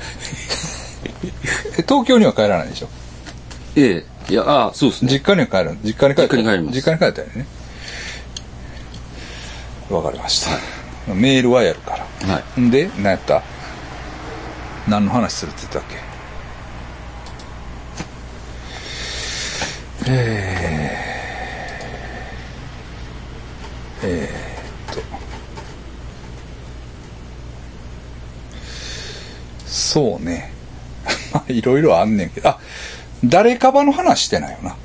A: え東京には帰らないでしょ
B: ええ、いや、ああ、そうですね。
A: 実家には帰る実家に帰った
B: 実家に帰ります
A: 実家に帰ったよね。わかりました。メールはやるから。
B: はい。
A: んで何やった何の話するって言ってたっけえー、えー、っとそうね [laughs] まあいろいろあんねんけどあ誰かばの話してないよな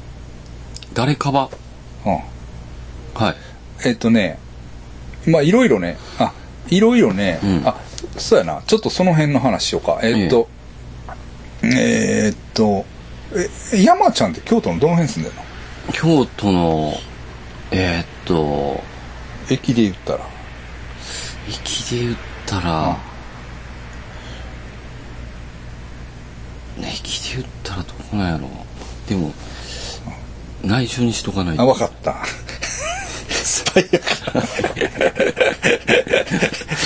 B: 誰かば。
A: うん
B: はい。
A: えっとね、まあいろいろね、あ、いろいろね、
B: うん
A: あ、そうやな、ちょっとその辺の話しようか。えっと、えーっと、え、山ちゃんって京都のどの辺住んでるの
B: 京都の、えー、っと、
A: 駅で言ったら。
B: 駅で言ったら、駅で言ったらどこなんやろでも、内緒にしとかない
A: あ、
B: と。
A: わかった。スパイやか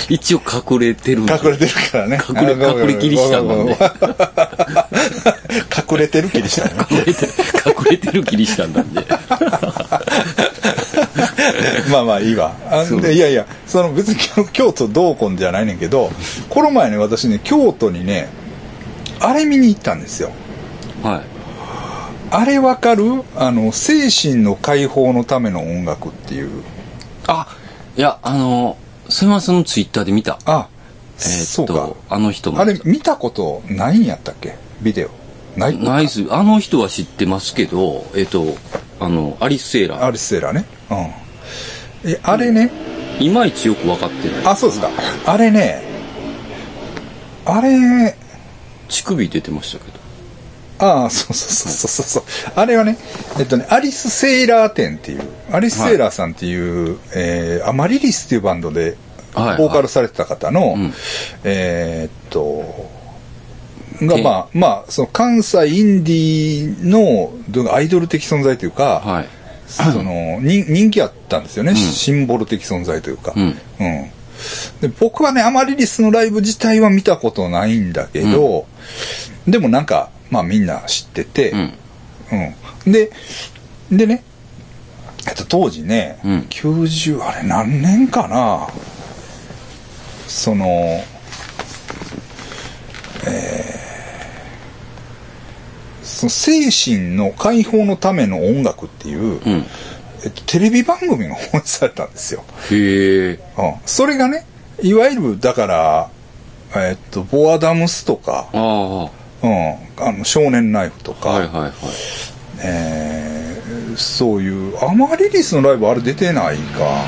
B: 一応隠れてるんで
A: ら隠れてるからね。
B: 隠れ
A: あ
B: 隠れキリシタンなんで
A: わかるわかるわかる [laughs] 隠れてるキリシタンね。
B: [laughs] 隠れてる、隠れてるキリシタンなんで。
A: まあまあいいわ。あ
B: そう
A: でいやいや、その別に京京都どうこんじゃないねんけど、この前ね、私ね、京都にね、あれ見に行ったんですよ。
B: はい。
A: あれわかるあの、精神の解放のための音楽っていう。
B: あ、いや、あの、すみません、ツイッターで見た。
A: あ、
B: えー
A: そ
B: っ
A: うか
B: と。、あの人の。
A: あれ見たことないんやったっけビデオ。ない
B: ナイス。あの人は知ってますけど、えっ、と、あの、アリスセーラ
A: ア
B: ー。
A: リスセーラーね。うん。え、あれね、
B: いまいちよく分かってない。
A: あ、そうですか。あれね、あれ、
B: 乳首出てましたけど。
A: ああ、そうそうそうそうそう。あれはね、えっとね、アリス・セイラー店っていう、アリス・セイラーさんっていう、えー、アマリリスっていうバンドで、
B: はいはい
A: ボーカルされてた方の、
B: うん
A: えーっと、が、
B: え
A: まあ、まあ、その関西インディーのどうアイドル的存在というか、
B: はい。
A: そのに人気あったんですよね、シンボル的存在というか、
B: うん
A: で僕はねアマリリスのライブ自体は見たことないんだけど、でもなんか、まあ、みんな知ってて、
B: うん。
A: うんででね、えっと、当時ね、
B: うん
A: 90あれ何年かなそのえーその精神の解放のための音楽っていう、
B: うん。
A: えっと、テレビ番組が放映されたんですよ。
B: へえ。
A: うん。それがね、いわゆる、だから、えっと、ボアダムスとか、
B: ああ。は
A: うん、あの少年ナイフとか、
B: いはいはい。
A: えーそういう、アマリリスのライブあれ出てないか。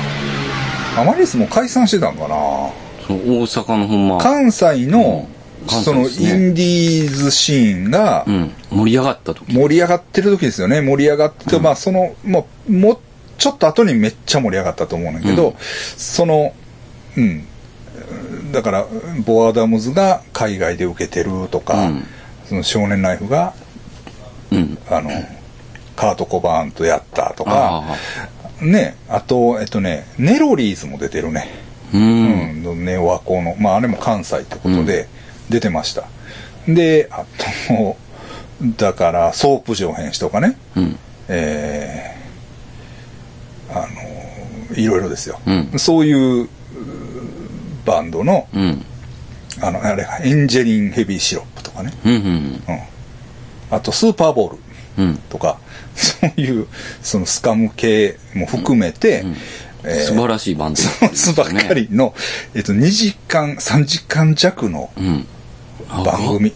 A: アマリリスも解散してたんかな。
B: その大阪のほんま、
A: 関西の、
B: うん関
A: そ
B: 西
A: の、
B: ですね
A: インディーズシーンが
B: う、ん。盛り上がった時。
A: 盛り上がってる時ですよね。盛り上がってて、まあその、まあ、もうちょっと後にめっちゃ盛り上がったと思うんだけど、
B: うん
A: その、うん。だから、ボアダムズが海外で受けてるとか、
B: うん
A: その少年ナイフが、
B: うん。
A: あの、カート・コバーンとやったとか、
B: ああ。
A: ね、あと、えっとね、ネロリーズも出てるね。
B: う。
A: うんん、ネオ和光の、まああれも関西ってことで出てました。で、あと、だから、ソープ上編詞とかね、
B: うん。
A: えーあの、いろいろですよ。
B: うん
A: そういううバンドの、
B: うん。
A: あの、あれ、エンジェリンヘビーシロップとかね、
B: うん。うん。
A: あと、スーパーボール。
B: うん。
A: とか、 [laughs] そういう、そのスカム系も含めて、えー
B: 素晴らしいバンドだたんです
A: そ
B: よ
A: う
B: ね
A: ばっか。りの、えっと、2時間、3時間弱の
B: うん。あ
A: 番組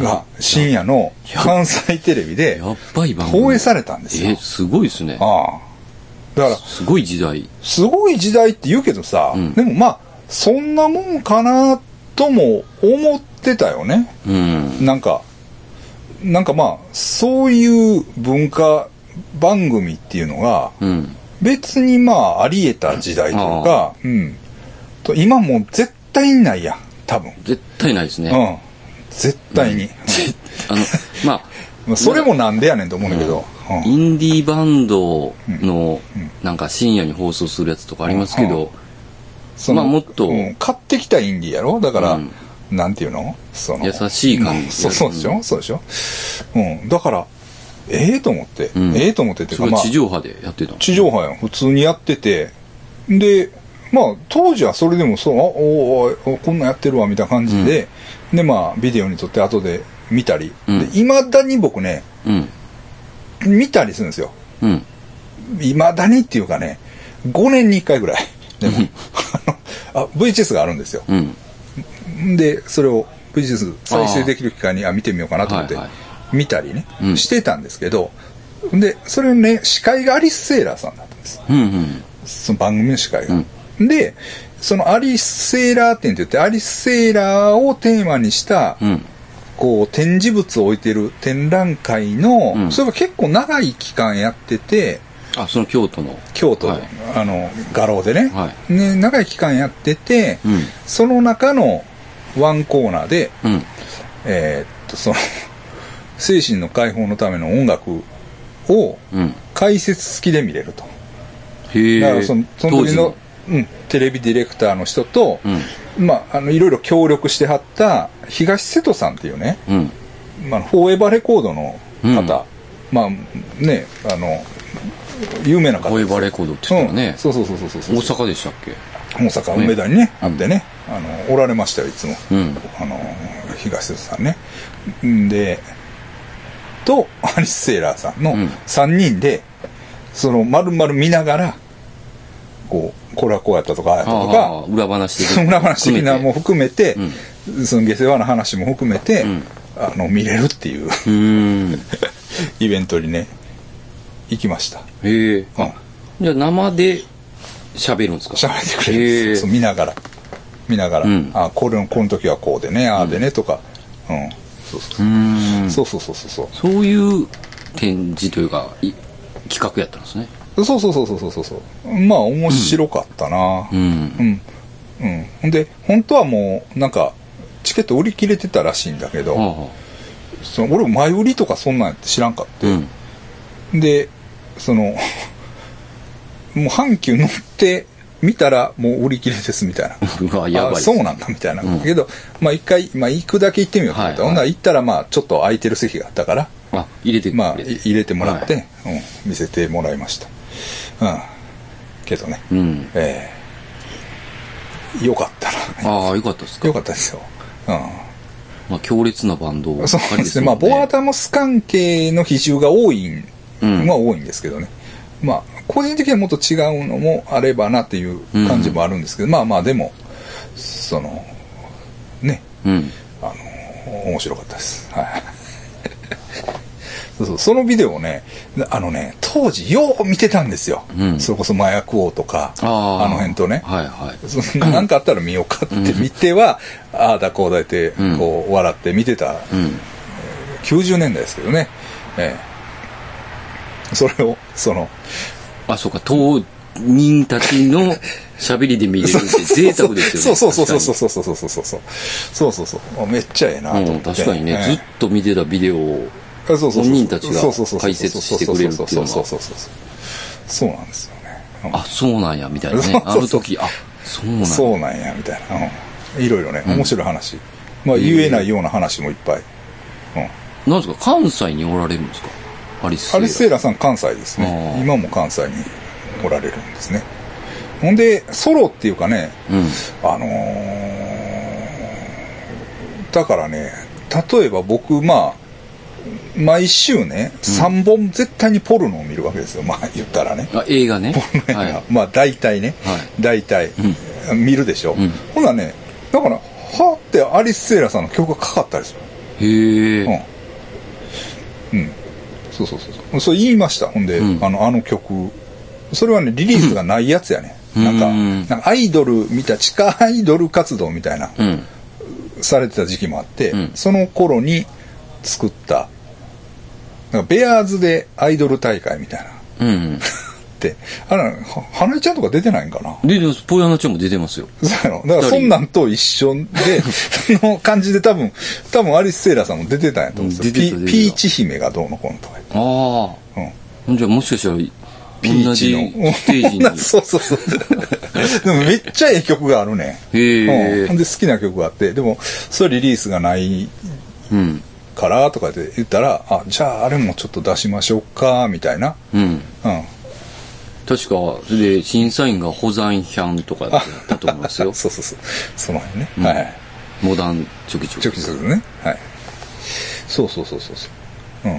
A: が深夜の関西テレビで
B: やっばい番組。
A: 放映されたんです
B: え、
A: よ。
B: すごいですね。
A: ああだから、
B: すごい時代。
A: すごい時代って言うけどさ、
B: うん
A: でもまあ、そんなもんかなとも思ってたよね。
B: うん。
A: なんか、なんかまあ、そういう文化番組っていうのが、
B: うん。
A: 別にまあ、あり得た時代というか、うん。と今もう絶対にないやん、多分。
B: 絶対ないです
A: う
B: ね。
A: ん。絶対に。
B: あの、まあ、
A: まあそれもなんでやねんと思うんだけど。うん
B: インディーバンドの、なんか深夜に放送するやつとかありますけど、
A: その
B: まあもっと
A: うん買ってきたインディやろだから、
B: うん
A: なんていうのその。
B: 優しい感
A: う
B: じ
A: んそうそうでしょそうでしょうん。だから、ええと思って。
B: うん
A: ええと思ってっていう
B: そ
A: か、
B: れ
A: ま
B: は
A: あ
B: 地、上波でやってたの
A: 地上波やん。普通にやってて。で、まあ、当時はそれでもそう、あ、おーおーおーこんなんやってるわ、みたいな感じで、で、まあ、ビデオに撮って後で見たり。
B: うん
A: いまだに僕ね、
B: うん。
A: 見たりするんですよ。
B: うん。
A: いまだにっていうかね、5年に1回ぐらい。で [laughs] も、あの、あ VHS があるんですよ。
B: うん。
A: で、それを VHS 再生できる機会に、あ、見てみようかなと思って
B: はいはい、
A: 見たりね
B: う、ん
A: してたんですけど、で、それね、司会がアリス・セーラーさんだったんです。
B: うん。うん。
A: その番組の司会が。で、そのアリス・セーラー展って言って、アリス・セーラーをテーマにした、
B: うん。
A: こう、展示物を置いてる展覧会の、
B: うん
A: それが結構長い期間やってて、
B: あ、その京都の。
A: 京都、
B: はい
A: あの画廊でね,、
B: は
A: ね長い期間やってて、
B: うん
A: その中のワンコーナーで、
B: うん。
A: えーっとその精神の解放のための音楽を
B: うん。
A: 解説付きで見れると、
B: へえ。
A: だからそのその時のうん、テレビディレクターの人と、まあ、あのいろいろ協力してはった東瀬戸さんっていうね、
B: うん。うん。
A: まあ、フォーエバーレコードの方、
B: うん
A: まあねあの有名な方
B: ホ
A: で
B: エ
A: すよ
B: バレコードって言ったら
A: う
B: ね
A: ん、そうそうそうそうそうそう
B: 大阪でしたっけ
A: 大阪梅田にね
B: う
A: あ
B: ん
A: ってねあのおられましたよいつも、
B: うん。
A: あの東出さんねんでとアリス・セーラーさんの
B: うん
A: 3人で、その丸々見ながらこうこれはこうやったとかああやったと
B: ああ、
A: か
B: 裏話的
A: そ [laughs] の裏話的なも
B: う。
A: 含めて、その下世話の話も含めて、
B: ん
A: [laughs] あの見れるっていう
B: うーん。
A: イベントにね行きました。
B: へえ。
A: うん
B: あ、じゃあ生で喋るんですか
A: 喋ってくれるん
B: へ
A: で
B: え
A: すそう見ながら見ながら、
B: うん
A: あこれのこの時はこうでねああでねとか、うんそうそう
B: うーん。
A: そうそうそうそう
B: そういう展示というか、い企画やったんですね。
A: そうそうそうそうそうそうそうまあ面白かったな
B: うん。
A: うんうん、ほんで本当はもうなんかチケット売り切れてたらしいんだけど、
B: はあは
A: その俺も前売りとかそんなんやって知らんかっ
B: あ、うん。
A: たでその [laughs] もう阪急乗って見たらもう売り切れですみた [laughs] いな
B: うわ、やばい
A: あ
B: です。
A: そうなんだみたいな、
B: うん
A: けどまあ一回、まあ、行くだけ行ってみようと思って、
B: はいはい
A: ほんなら行ったらまあちょっと空いてる席があったから
B: あ、入れてくれて。
A: まあい入れてもらって、
B: はい
A: うん、見せてもらいましたうんけどね、
B: うん。
A: ええよかったな
B: ああ、よかったですか。
A: よかったですよう
B: まあ、強烈なバンドばっ
A: ん、
B: か
A: そうで
B: り
A: すね。まあ、ボアタモス関係の比重が多いん、
B: うん
A: まあ多いんですけどね。まあ、個人的にはもっと違うのもあればなっていう感じもあるんですけど、まあまあ、でも、その、ね、
B: うん。
A: あの、面白かったです。はい。 [laughs] そうそう、そのビデオをね、あのね、当時よう見てたんですよ。
B: うん
A: それこそ麻薬王とか、
B: ああ。
A: の辺とね。
B: はいはい。
A: そのなんかあったら見ようかって見ては、ああだこうだ言って、
B: うん
A: こう、笑って見てた、
B: うん。
A: 90年代ですけどね。ええ。それを、その、
B: あ、そうか、当人たちの喋りで見れるって贅沢ですよね。
A: そうそうそう
B: 確か
A: そう
B: に
A: そうそうそうそうそうそう。そうそうそう。めっちゃええなと
B: う
A: 思っ
B: ん、
A: て。
B: 確かにね、
A: ええ
B: ずっと見てたビデオを、
A: あそうそうそう
B: 本人たちが解説してくれるっていうのは
A: そうそうそうそうそうそうそうなんですよね、うん
B: あ、そうなんや、みたいな
A: そうそ
B: ね。
A: う
B: あ
A: そう
B: の時、あ、そうなんや。
A: そうなんやみたいな、うん、いろいろね面白い話、まあ言えないような話もいっぱい、うん、
B: なんですか、関西におられるんですかアリスセ
A: ア
B: イラ
A: リス・セイラさん関西ですね
B: あー
A: 今も関西におられるんですねほんでソロっていうかね
B: うん。
A: あのーだからね例えば僕まあ毎週ね、3本絶対にポルノを見るわけですよ。まあ言ったらね。
B: あ、映画ね。
A: はい、 [laughs] まあ大体ね、
B: は
A: 大体、見るでしょ、
B: ん
A: ほなねだからはってアリス・セイラさんの曲がかかったりする
B: い。へえ。
A: うん、うん、そうそうそうそうそれ言いましたほんで、
B: うん
A: あのあの曲それはねリリースがないやつやね、
B: うん
A: なんか
B: うん
A: なんかアイドル見た地下アイドル活動みたいな、
B: うん。
A: されてた時期もあって、
B: うん
A: その頃に作ったなんかベアーズでアイドル大会みたいなの [laughs]
B: うん。
A: ってあれは花江ちゃんとか出てないんかな
B: で、でも、ぽやなちゃんも出てますよ。
A: そうやろ。だから、そんなんと一緒
B: [laughs]
A: で、その感じで多分、多分アリス・セイラーさんも出てたんやと思うんですよ。
B: 出てた
A: ピ
B: 出てた
A: ピーチ姫がどうのこうのとか
B: あ
A: 言って。うん。
B: あ。じゃあ、もしかしたら、
A: ピー
B: 同
A: チ
B: じ
A: の。
B: ステ
A: [laughs]
B: ージに。
A: そうそう
B: [laughs]
A: そう。でもめっちゃええ曲があるね。
B: へえ
A: うん。で、好きな曲があって、でも、それリリースがない
B: うん。
A: からとかって言ったら、あ、じゃああれもちょっと出しましょうか、みたいな。
B: うん。
A: うん。
B: 確か、それで、審査員が保山ヒャンとかだったと思います
A: そう
B: よ。
A: そうそう。その辺ね。
B: う
A: [laughs]
B: ん
A: はい。
B: モダンチョキチョキ。
A: 直接ね。はい。そうそうそうそうそう。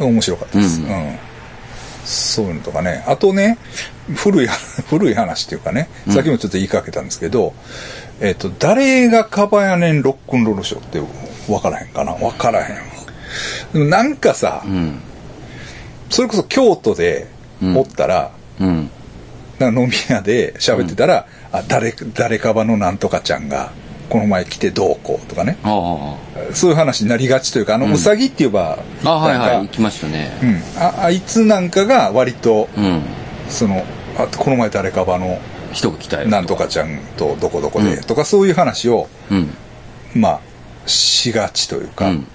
A: うん。面白かったです。
B: う
A: うんん。そういうのとかね。あとね、古い、 [laughs] 古い話っていうかね、さっきもちょっと言いかけたんですけど、えっと、誰がカバヤネンロックンロールショーって分からへんかな分からへん。でもなんかさ、
B: うん。
A: それこそ京都でおったら、
B: うん。
A: なんか飲み屋で喋ってたら、あ、誰、誰かばのなんとかちゃんが、この前来てどうこうとかね。
B: ああ。
A: そういう話になりがちというか、あの、うさぎって言えば、
B: ああ、はいはい。
A: なん
B: 行
A: か
B: きましたね
A: う。ん、ああいつなんかが割と、
B: うん。
A: その、あこの前誰かばの、
B: 人が来たよ。
A: なんとかちゃんとどこどこ
B: う
A: で
B: ん
A: とか、そういう話を、
B: うん。
A: まあ、しがちという
B: う
A: か、
B: ん。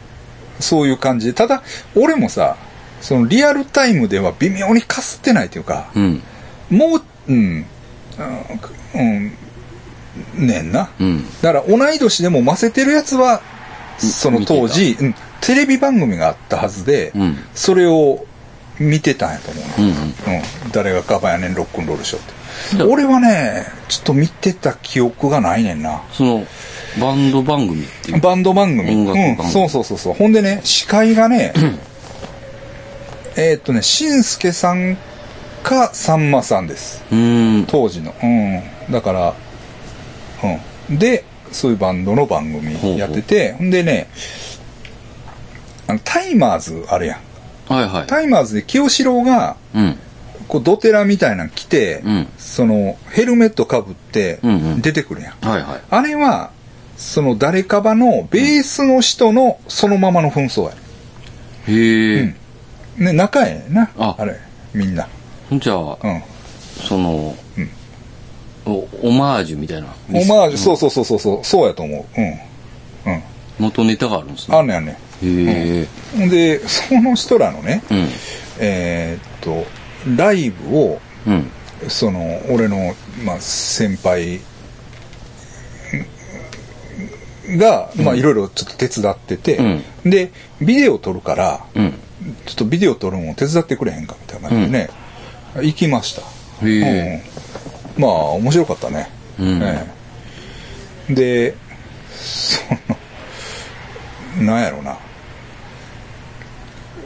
A: そういう感じで、ただ、俺もさ、そのリアルタイムでは微妙にかすってないというか、
B: うん。
A: もう、うん、うん、うんねんな。
B: うん。
A: だから同い年でもませてるやつは、その当時、うんテレビ番組があったはずで、
B: うん
A: それを見てたんやと思う、
B: うん
A: うん
B: うん。
A: 誰がカバーやねん、ロックンロールショーっ
B: だ
A: て。俺はね、ちょっと見てた記憶がないねんな。
B: その、バンド番組っていう。
A: バンド番組。
B: 音楽番組
A: うん、そうそうそうそう。ほんでね、司会が
B: [clears throat]
A: ね、えーっとね、しんすけさんかさんまさんです。
B: うーん。
A: 当時のうんだからうんでそういうバンドの番組やっててほんでねあのタイマーズあるやん
B: はいはい。
A: タイマーズで清志郎が、
B: うん。
A: こう、ドテラみたいなの着て、
B: うん
A: その、ヘルメットかぶって
B: うんう、ん
A: 出てくるやん。
B: はいはい。
A: あれは、その誰かばのベースの人のそのままの紛争や。
B: へえ、
A: ね、仲ええな。あ
B: あ
A: れ、みんな。
B: じゃあ、
A: うん。
B: その、おオマージュみたいな。
A: オマージュ、そうそうそうそうそう、そうやと思う。うん。うん。
B: 元ネタがあるんですね。
A: あんねんあんね
B: へえ。
A: ん。んで、その人らのね、
B: うん。
A: えーっと、ライブを、
B: うん。
A: その、俺の、まあ、先輩が、まあ、いろいろちょっと手伝ってて、で、ビデオ撮るから、
B: うん。
A: ちょっとビデオ撮るのを手伝ってくれへんかみたいな感じでね、行きました。
B: へえ。
A: うん、まあ、面白かったね。
B: うん
A: ええで、その、なんやろな。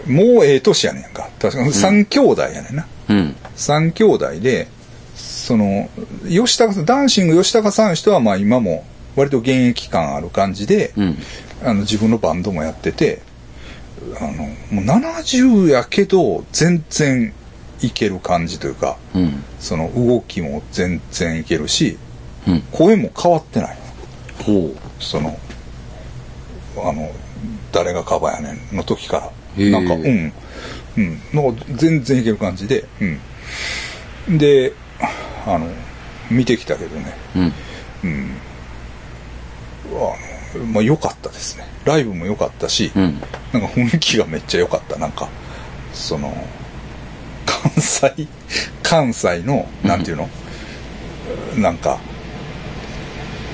A: もうええ年やねんか。確かに三兄弟やねんな。
B: うん。
A: 三兄弟で、その、吉高さん、ダンシング吉高さんの人はまあ今も割と現役感ある感じで、
B: うん。
A: あの自分のバンドもやってて、あの、もう70やけど全然いける感じというか、
B: うん。
A: その動きも全然いけるし、
B: うん。
A: 声も変わってない。
B: ほ
A: その、あの、誰がカバーやねんの時か
B: へ
A: ら。な
B: え
A: んか、うん。うん。なんか全然いける感じで、うん。で、あの、見てきたけどね、
B: う。うん。
A: あの、まあ良かったですね。ライブも良かったし、
B: うん。
A: なんか雰囲気がめっちゃ良かった。なんか、その、関西、関西の、なんていうの、なんか、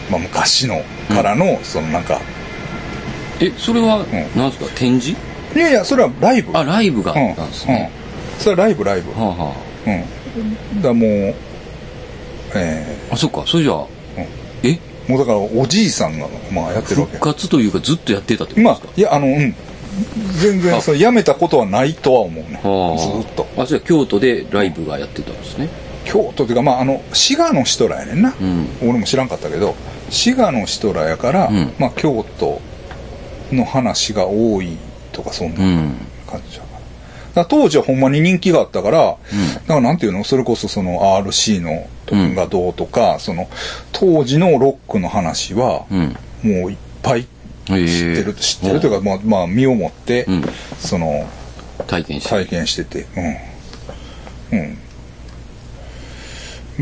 A: まあ昔のからの、そのなんか、
B: え、それは、
A: ん
B: なんですか展示
A: いやいや、それはライブ。
B: あ、ライブが
A: うん
B: あったんですね。
A: うん。それはライブ、ライブ。
B: はあは
A: うん。だからもう、え
B: あ。あ、そっか。それじゃあ、え
A: ー、もうだからおじいさんが、まあやってるわ
B: 復
A: け。
B: 活というかずっとやってたってこと
A: ま
B: で
A: あ
B: すか、
A: いや、あの、うん。全然、
B: あ
A: そのやめたことはないとは思うね。
B: はあ、
A: ずーっと。
B: あじゃあ京都でライブがやってたんですね
A: 京都というか、まあ、あの滋賀の人らやねんな、
B: ん
A: 俺も知らんかったけど滋賀の人らやから、
B: ん
A: まあ、京都の話が多いとかそんな
B: うん
A: 感じだから,、だから当時はほんまに人気があったから、だからなんていうのそれこそその RC のとかがどうとか、その当時のロックの話は、
B: うん
A: もういっぱい知ってる、
B: へえ
A: 知ってるというか、まあまあ、身をもって、
B: うん
A: その
B: 体験して、
A: 体験してて、うん。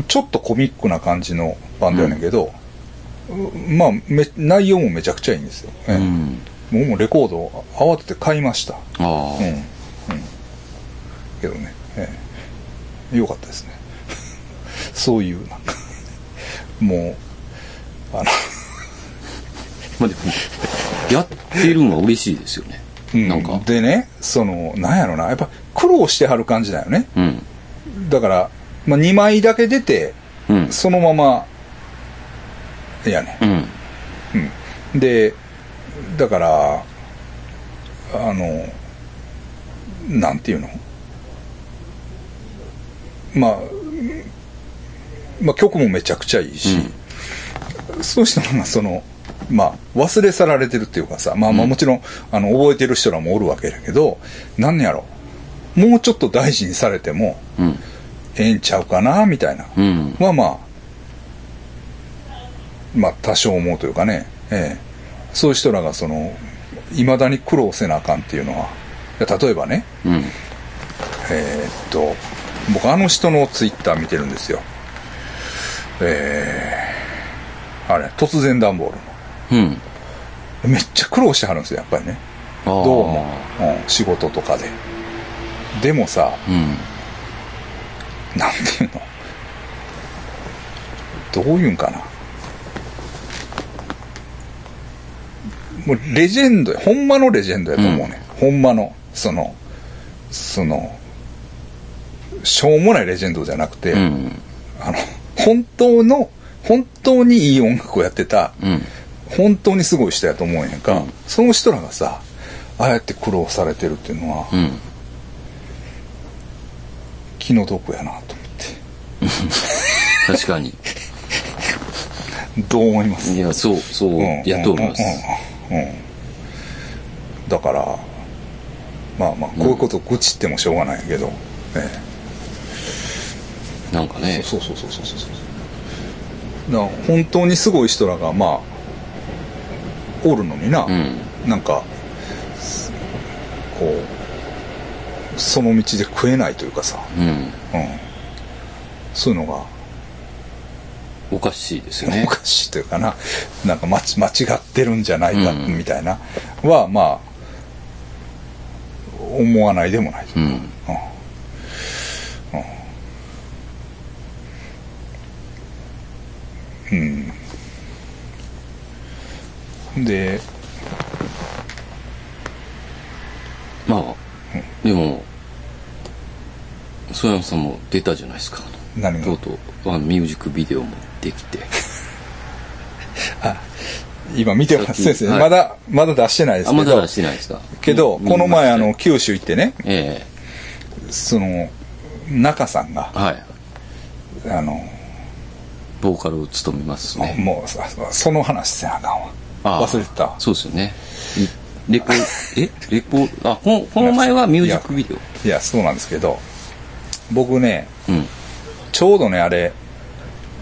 A: うん。ちょっとコミックな感じのバンドやねんけど、うまあめ、内容もめちゃくちゃいいんですよ。ええ
B: うん
A: もうもうレコードを慌てて買いました。
B: ああ、
A: うん。うん。けどね、ええよかったですね。 [laughs] そういう、なんか、もう、あの、
B: まあでもやってるのは嬉しいですよね、なんか
A: でね、その、なんやろな、やっぱ苦労してはる感じだよね。
B: うん
A: だから、まあ、2枚だけ出て、
B: うん
A: そのまま、やね。
B: うん
A: で、だから、あの、なんていうのまあ、まあ曲もめちゃくちゃいいし、そうしたのがその、まあ忘れ去られてるっていうかさ、まあまあもちろん、あの覚えてる人らもおるわけだけど、なんやろ、もうちょっと大事にされても、
B: うん
A: ええんちゃうかな、みたいな。
B: うん
A: はまあ、まあ多少思うというかね、ええ、そういう人らがその、いまだに苦労せなあかんっていうのは、いや例えばね、
B: うん
A: えーっと、僕あの人のツイッター見てるんですよ。えー、あれ、突然段ボール
B: うん
A: の。めっちゃ苦労してはるんですよ、やっぱりね。
B: ああ
A: どうも、うん、仕事とかで。でもさ、
B: うん
A: なんていうのどういうんかなもうレジェンドやほんまのレジェンドやと思うね、ほんまのそのそのしょうもないレジェンドじゃなくて、
B: うん
A: あの本当の本当にいい音楽をやってた、
B: うん
A: 本当にすごい人やと思うんやんか、
B: うん
A: その人らがさああやって苦労されてるっていうのは、
B: うん
A: 気の毒やなと思っ
B: 確かに
A: てどう思います
B: いやそうそう、
A: うん
B: やっと思います、
A: うんうんうんうんだからまあまあ、こういうこと愚痴ってもしょうがないけど、え
B: なんか
A: え
B: ね
A: そうそうそうそうそうそうだから本当にすごい人らがまあおるのにな、
B: ん
A: なんかすこうその道で食えないというかさ、
B: う
A: う
B: ん
A: ん、そういうのが
B: おかしいですよね
A: おかしいというかな、なんか間ち間違ってるんじゃないかみたいな、は、まあ、思わないでもない。
B: う
A: うん
B: ん
A: で、
B: まあでも曽山さんも出たじゃないですか
A: 何
B: と
A: が
B: うとうあのミュージックビデオもできて
A: 今見てま
B: さっ
A: す。
B: き
A: 先生、
B: はい
A: まだ、まだ出してないです
B: あ
A: け
B: まだ
A: ど
B: 出、してないですか
A: けど、
B: 見
A: この前、あ
B: 見
A: の、
B: まし
A: 九州行ってね、
B: たえ
A: その、中さんが
B: え、はい
A: あの、
B: ボーカルを務めますね
A: もう、そその話せなあかん
B: あ
A: わ。
B: あ
A: 忘れてた。
B: そうですよねいレポえレポあここの前はミュージックビデオ
A: いや、そうなんですけど、僕ね、
B: うん
A: ちょうどね、あれ、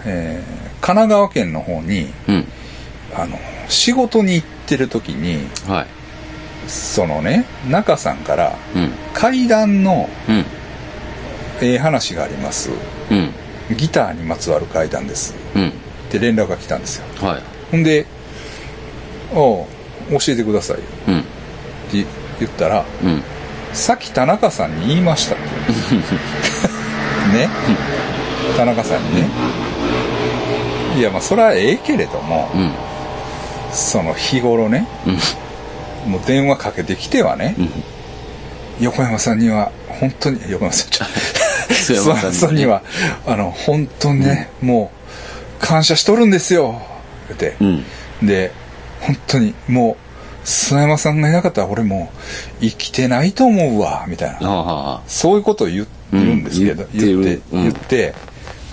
A: えー神奈川県の方に、
B: うん
A: あの、仕事に行ってる時に、
B: はい
A: そのね、中さんから、
B: うん
A: 階段の
B: うん
A: ええ話があります。
B: うん
A: ギターにまつわる階段です。
B: うん
A: って連絡が来たんですよ。
B: はい
A: ほんで、おう教えてくださいよ
B: うん
A: って言ったら、
B: うん
A: さっき田中さんに言いましたって [laughs] 言うんですよね、田中さんにね。いや、まあ、それはええけれども、
B: うん
A: その日頃ね、 [laughs]
B: うん
A: もう電話かけてきてはね、
B: うん
A: 横山さんには本当
B: [laughs]
A: に横山さんちゃう
B: 曽 [laughs]
A: 菅
B: 山
A: 原
B: さ
A: さ
B: ん
A: ん
B: に
A: に
B: ね
A: はあの本当にね、もう感謝しとるんですよって、
B: うん
A: で本当にもう菅山さんがいなかったら俺もう生きてないと思うわみたい
B: あ
A: な
B: あああ
A: そういうことを言う
B: うん
A: 言うんですけど、
B: 言ってる
A: 言って言って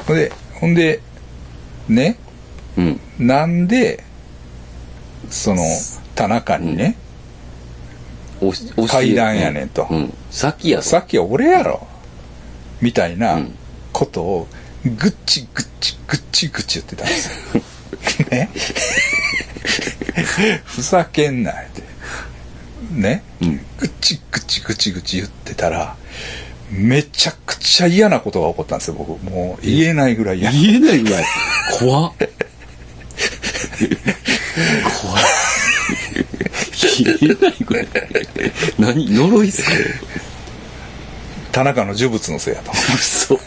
A: ほんでほんでね
B: うん
A: なんでその田中にね、
B: おしおし
A: 階段やねんと
B: うん先や
A: さっき俺やろみたいな
B: うん
A: ことをぐっちぐっちぐっちぐっち言ってたんです
B: [laughs]
A: よ。ねふざけんなって。ね、ぐっちぐっちぐっちぐっち言ってたら、めちゃくちゃ嫌なことが起こったんですよ、僕。もう言えないぐらい嫌な。
B: 言えないぐらい怖っ怖っ言えないぐらい何呪いっすか
A: 田中の呪物のせいやと。
B: 嘘
A: も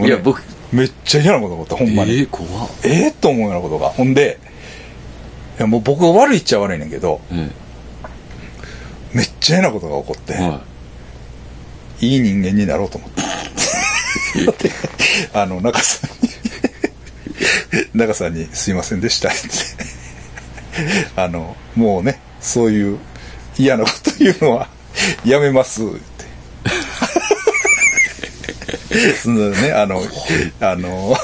A: うね
B: [laughs] いや僕
A: めっちゃ嫌なことが起こった、ほ
B: え
A: んまに。
B: ー、怖っ
A: ええと思うようなことが。ほんで、いやもう僕が悪いっちゃ悪いねんけど、
B: え
A: めっちゃ嫌なことが起こって、
B: えはい
A: い人間になろうと思って。あの、中さんに、中さんにすいませんでしたって。あの、もうね、そういう嫌なこと言うのはやめますって。そのね、あの、あの、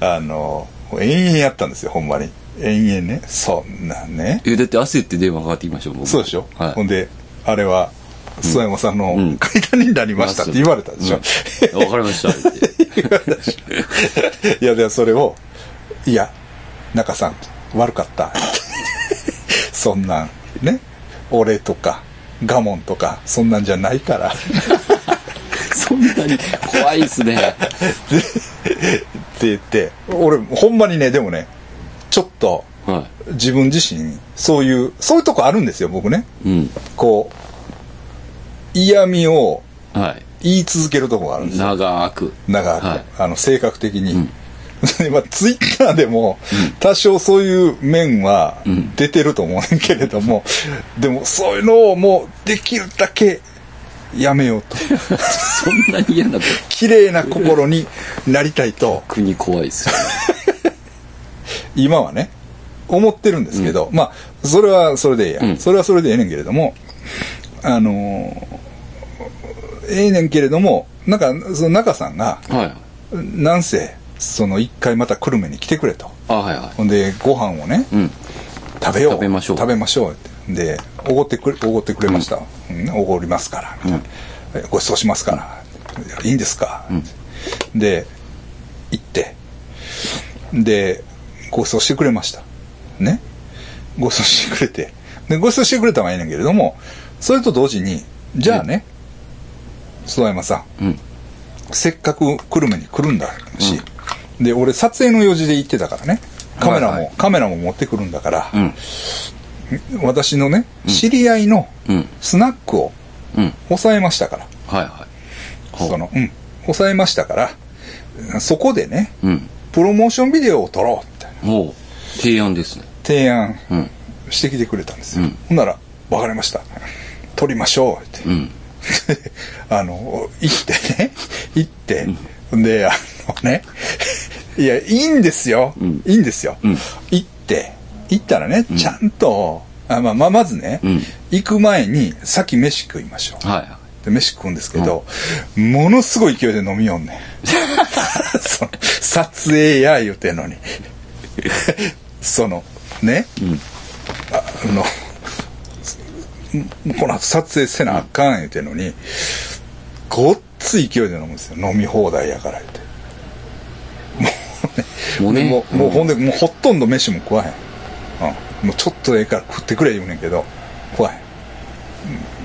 A: あの、延々やったんですよ、ほんまに。延々ね。そんなね。
B: えだって焦って電話かかってきましたもん僕
A: そうでしょ、
B: はい
A: ほんで、あれは、諏訪山さんの
B: ん
A: 階段になりましたって言われたでしょ、
B: うんわかりましたって
A: いや、で、それを、いや、中さん、悪かった。 [laughs] そんなん、ね、俺とか、我慢とか、そんなんじゃないから、
B: そんなに怖いっすね
A: って言って、俺、ほんまにね、でもね、ちょっと、
B: は
A: 自分自身、そういう、そういうとこあるんですよ、僕ね。
B: いうん
A: こう、嫌味を
B: はい
A: 言い続けるとこがあるんですよ
B: 長く
A: 長く、
B: はい
A: あの性格的に、今ツイッ [laughs] ターでも多少そういう面は出てると思うねんけれども、 [laughs] でもそういうのをもうできるだけやめ
B: [laughs]
A: ようと
B: そんなに嫌なこと
A: 綺麗な心になりたいと
B: 国怖いっすよね
A: 今はね思ってるんですけど、まあそれはそれでいいや、
B: うん
A: それはそれでええねんけれどもあのーええねんけれどもなんかその中さんが
B: はい
A: なんせその一回また久留米に来てくれと。
B: あはいは
A: ほんで、ご飯をね、
B: いうん
A: 食べよう。
B: 食べましょう
A: 食べましょうって。で、おごってくれ、おごってくれました。うん、おごりますから、えご馳走しますから。いいんですか、で、行って、で、ご馳走してくれました。ね。ご馳走してくれて。で、ご馳走してくれたのはいいねんけれども、それと同時に、じゃあね、諏訪山さん、
B: うん。
A: せっかく久留米に来るんだし、で、俺撮影の用事で行ってたからね、カメラも、
B: はいはい
A: カメラも持ってくるんだから
B: う、ん。
A: 私のね、知り合いの
B: うん。
A: スナックを
B: うん。
A: 抑えましたから、
B: はいはい。ほう
A: その、うん、抑えましたから、そこでね、
B: うん。
A: プロモーションビデオを撮ろうみたいな
B: もう、提案ですね。
A: 提案
B: うん。
A: してきてくれたんですよ。
B: うん
A: ほんなら、わかりました。撮りましょうって。
B: うん。
A: で [laughs] あの、行ってね、 [laughs] 行って、で、あのね、 [laughs] いや、いいんですよ、
B: ん
A: いいんですよ、
B: うん
A: 行って、行ったらね、ちゃんと、あまあ、まあまずね、
B: うん
A: 行く前に、先飯食いましょう。
B: はいは
A: で、飯食うんですけど、ものすごい勢いで飲みよんね [laughs] ん。その、撮影や言うてんのに。その、ね、ああの、この後撮影せなあかん言うてんのに、ごっつい勢いで飲むんですよ。飲み放題やから言って。
B: い。もう
A: で
B: ね、
A: もう、もうほんで、もうほとんど飯も食わへん。うん。もうちょっとええから食ってくれ言うねんけど、食わへん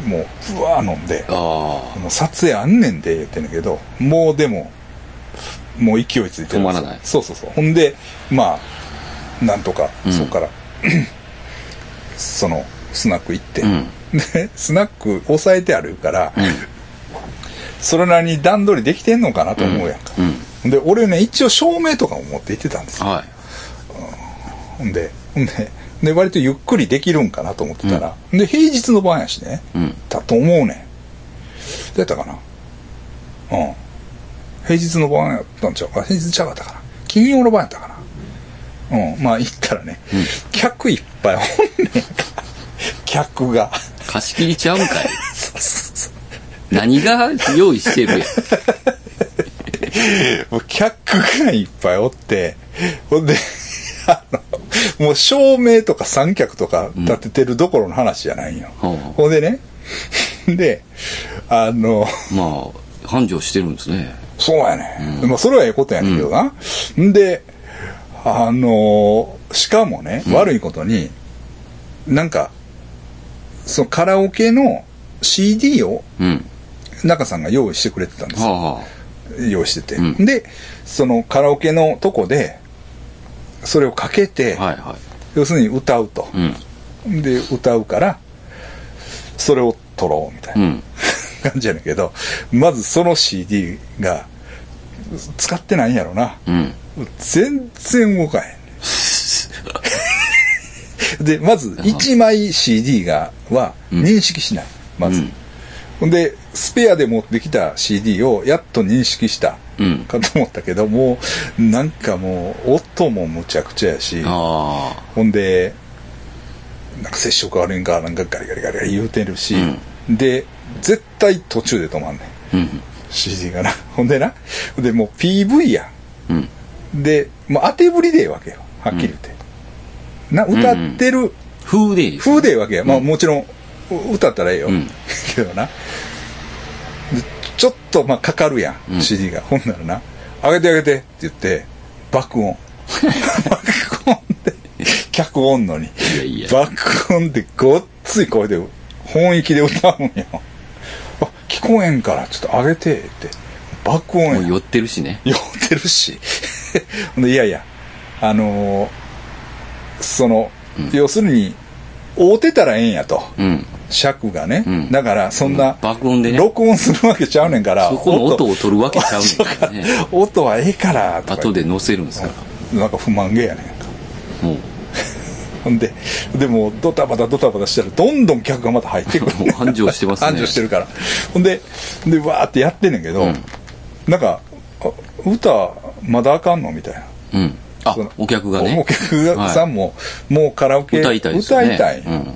A: うん。もう、ふわー飲んで。
B: あ
A: もう撮影あんねんで言ってんだけどもうでももう勢いついてるんですよ
B: 止まらない
A: そうそうそうほんでまあなんとか、そこから [clears throat] そのスナック行って、
B: ん
A: でスナック押さえてあるから、それなりに段取りできてんのかなと思うやんか、で俺ね一応照明とかも持って行ってたんです
B: あ。
A: よ
B: は
A: ほんでほんでで割とゆっくりできるんかなと思ってたら、で平日の晩やしね、
B: い。うん。
A: だと思うねん。どうやったかなうん。平日の晩やったんちゃうか平日ちゃうかったかな金曜の晩やったかなうん。まあ行ったらね、客いっぱいおんねんか。客が。
B: 貸し切りちゃうんかい。
A: そうそうそう
B: 何が用意してるやん。
A: もう客がいっぱいおって、ほんで、 [laughs] あの、もう照明とか三脚とか立ててるどころの話じゃないよ。
B: ほう
A: ほんでね、 [laughs] で、あの、
B: まあ、繁盛してるんですね。
A: そうやね。まあ、それはええことやねんけどな。んで、あのーしかもね、悪いことに、なんか、そのカラオケの CD を
B: うん。
A: 中さんが用意してくれてたんです
B: は
A: よ。
B: あ、はあ。
A: 用意してて、
B: うん
A: で、そのカラオケのとこで、それをかけて、
B: はいは
A: 要するに歌うと
B: い。。うん。
A: で、歌うから、それを撮ろうみたいな。
B: うん。
A: [laughs] 感じやねんけど、まずその CD が使ってないんやろな。
B: うん。
A: 全然動かへ
B: [laughs]
A: ん。で、まず1枚 CD が、は認識しない。まず。ほんで、スペアで持ってきた CD をやっと認識した
B: うん
A: かと思ったけど、もう、なんかもう、音もむちゃくちゃやし、
B: あ
A: ほんで、なんか接触悪いんか、なんかガリガリガリガリ言うてるし、で、絶対途中で止まんねん。
B: あ。うん。
A: CD がな。 [laughs] ほんでな。ほんで、もう PV や
B: うん。
A: ん。で、もう当てぶりでええわけよ。はっきり言って。な、歌ってる
B: 風でいいですね
A: 風でええわけや。まあもちろん、う歌ったらええよ。
B: うん
A: [laughs] けどな。でちょっと、まあかかるやん。CD が。ほんならな。上げて上げてって言って、爆
B: [laughs]
A: 音。爆音で、客おんのに。
B: いやいや
A: 爆音でごっつい声で、本域で歌うんよ。あ、聞こえんから、ちょっと上げて、って。爆音や
B: も
A: ん
B: う寄ってるしね。
A: 酔ってるし。 [laughs] ほんでいやいや、あのーその、要するに、会うてたらええんやと。
B: うん。
A: 尺がね。
B: ん
A: だから、そんな、
B: 爆音でね。
A: 録音するわけちゃうねんから。
B: そこの音を取るわけちゃうねんからね。
A: 音 [laughs] 音はええから、とか言
B: 後
A: って。
B: で載せるんですから。
A: なんか不満げやねんか。
B: もう、
A: ほんで、でも、ドタバタドタバタしたら、どんどん客がまた入ってくる。
B: [laughs] もう繁盛してますね
A: [laughs] 繁盛してるから。ほんで、で、わーってやってんねんけど、
B: うん
A: なんか、あ歌、まだあかんのみたいな。
B: うん。あ
A: その、
B: お客がね。
A: お客がさんも、もうカラオケ
B: 歌いたいですよ
A: 歌
B: ね。
A: いたい
B: うん。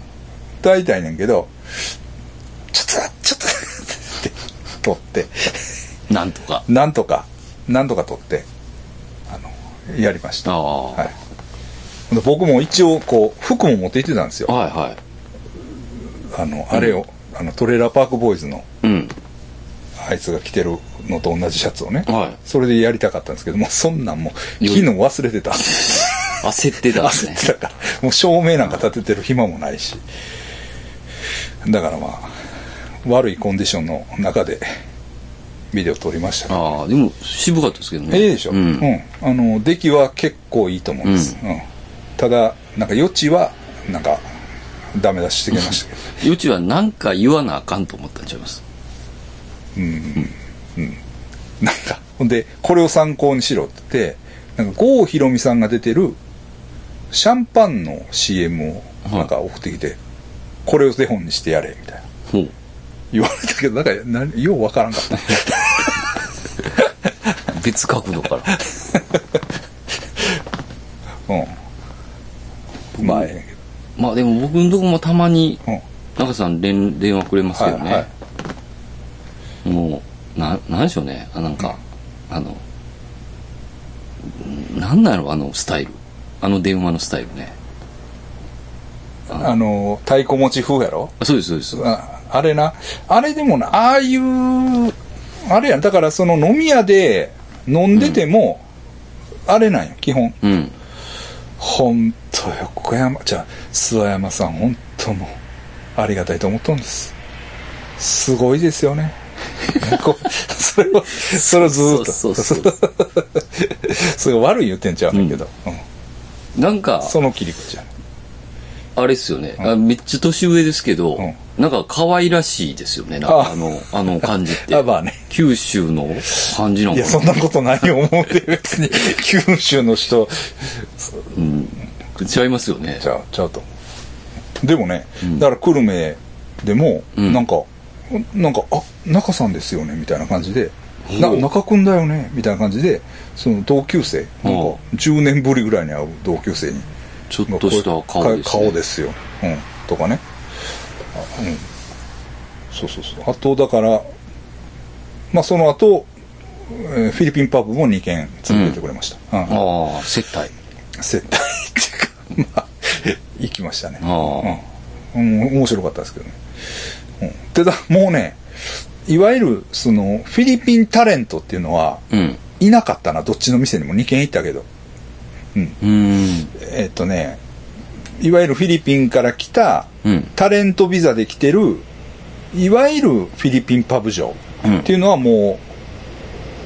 A: 歌いたいねんけど、ちょっと、ちょっと、って、取って、
B: なんとか。
A: なんとか、なんとか取って、あの、やりまし
B: あ
A: た。
B: あ。
A: はい。で僕も一応、こう、服も持って行ってたんですよ。
B: はいはい。
A: あの、あれを、あの、トレーラーパークボーイズの、
B: うん。
A: あいつが着てるのと同じシャツをね、
B: はい
A: それでやりたかったんですけども、そんなんもう、昨日忘れてた。
B: 焦ってたんです
A: 焦
B: ね
A: っ。てたから、もう照明なんか立ててる暇もないし。だからまあ、悪いコンディションの中で、ビデオ撮りましたね。
B: ああ、でも渋かったですけどね。
A: ええでしょ、
B: う。
A: うんん、あの、出来は結構いいと思うんです。うんただ、なんか余地は、なんか、ダメ出ししてきましたけど。
B: うちは何か言わなあかんと思ったんちゃいます。
A: [laughs] なんか、ほんで、これを参考にしろって言って、なんか、郷ひろみさんが出てる、シャンパンの CM を、なんか送ってきて、これを手本にしてやれ、みたいな。
B: ほう。
A: 言われたけど、なんか、なようわからんかった。
B: 別角度から。
A: うん。まあ、ええ
B: まあでも僕のとこもたまに
A: けど。うん。
B: 中さん連電話くれますけどね、
A: はいは
B: もうななんでしょうねあなんか、あのんなんなんやろあのスタイルあの電話のスタイルね
A: あの、太鼓持ち風やろ
B: あそうですそうです
A: ああれな、あれでもな、ああいう、あれやん、だからその飲み屋で飲んでても、あれなんよ、基本。
B: うん
A: ほんと横山、じゃあ、諏訪山さん、ほんともう、ありがたいと思っとんです。すごいですよね。 [laughs] こうそれを、それをずーっと。
B: そうそうそう
A: [laughs] すごい悪い言ってんちゃうねんだけど、うん
B: なんか
A: その切り口やね
B: あれですよね、あめっちゃ年上ですけど、
A: う
B: なんか可愛らしいですよねなんか
A: あ
B: あのあの感じっ
A: [laughs]
B: て
A: あまあね
B: 九州の感じないの
A: や、
B: か
A: そ
B: な
A: な
B: ん
A: ことないよ、思うて別に、九州の人、
B: 違いますよね
A: ちゃう、ちゃうと思う。でもね、だから久留米でも、
B: ん
A: なんか、なんか、あ、中さんですよね、みたいな感じで、な
B: ほう
A: 中くんだよね、みたいな感じで、その同級生、なんか
B: ほ、
A: 10年ぶりぐらいに会う同級生に、
B: ちょっとした顔
A: か
B: です、ね、
A: 顔ですよ。うん。とかね。あうん。そうそうそう。あと、だから、まあ、その後、えーフィリピンパブも2軒連れてってくれました。うん
B: ああ接待
A: 接待っていうか、まあ、 [laughs] 行きましたね。
B: あ
A: うん、うん面白かったですけどね。うん、でだ、もうね、いわゆる、その、フィリピンタレントっていうのは、
B: うん
A: いなかったな、どっちの店にも2軒行ったけど。
B: うん
A: えっとね、いわゆるフィリピンから来た、
B: うん
A: タレントビザで来てる、いわゆるフィリピンパブ嬢
B: うん
A: っていうのはも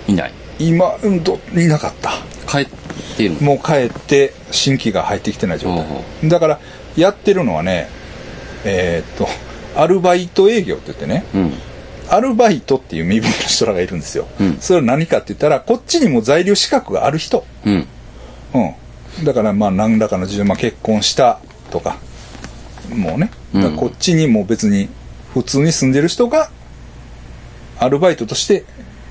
B: いない。
A: う、今、うん、ど、いなかった。
B: 帰ってる。
A: もう帰って新規が入ってきてない状
B: ほうほ
A: 態だからやってるのはねえーっとアルバイト営業って言ってね
B: うん。
A: アルバイトっていう身分の人らがいるんですよ、
B: うん
A: それは何かって言ったらこっちにも在留資格がある人、
B: うん。
A: うん、だからまあ何らかの事情、まあ、結婚したとかもうね
B: うん
A: だからこっちにも別に普通に住んでる人がアルバイトとして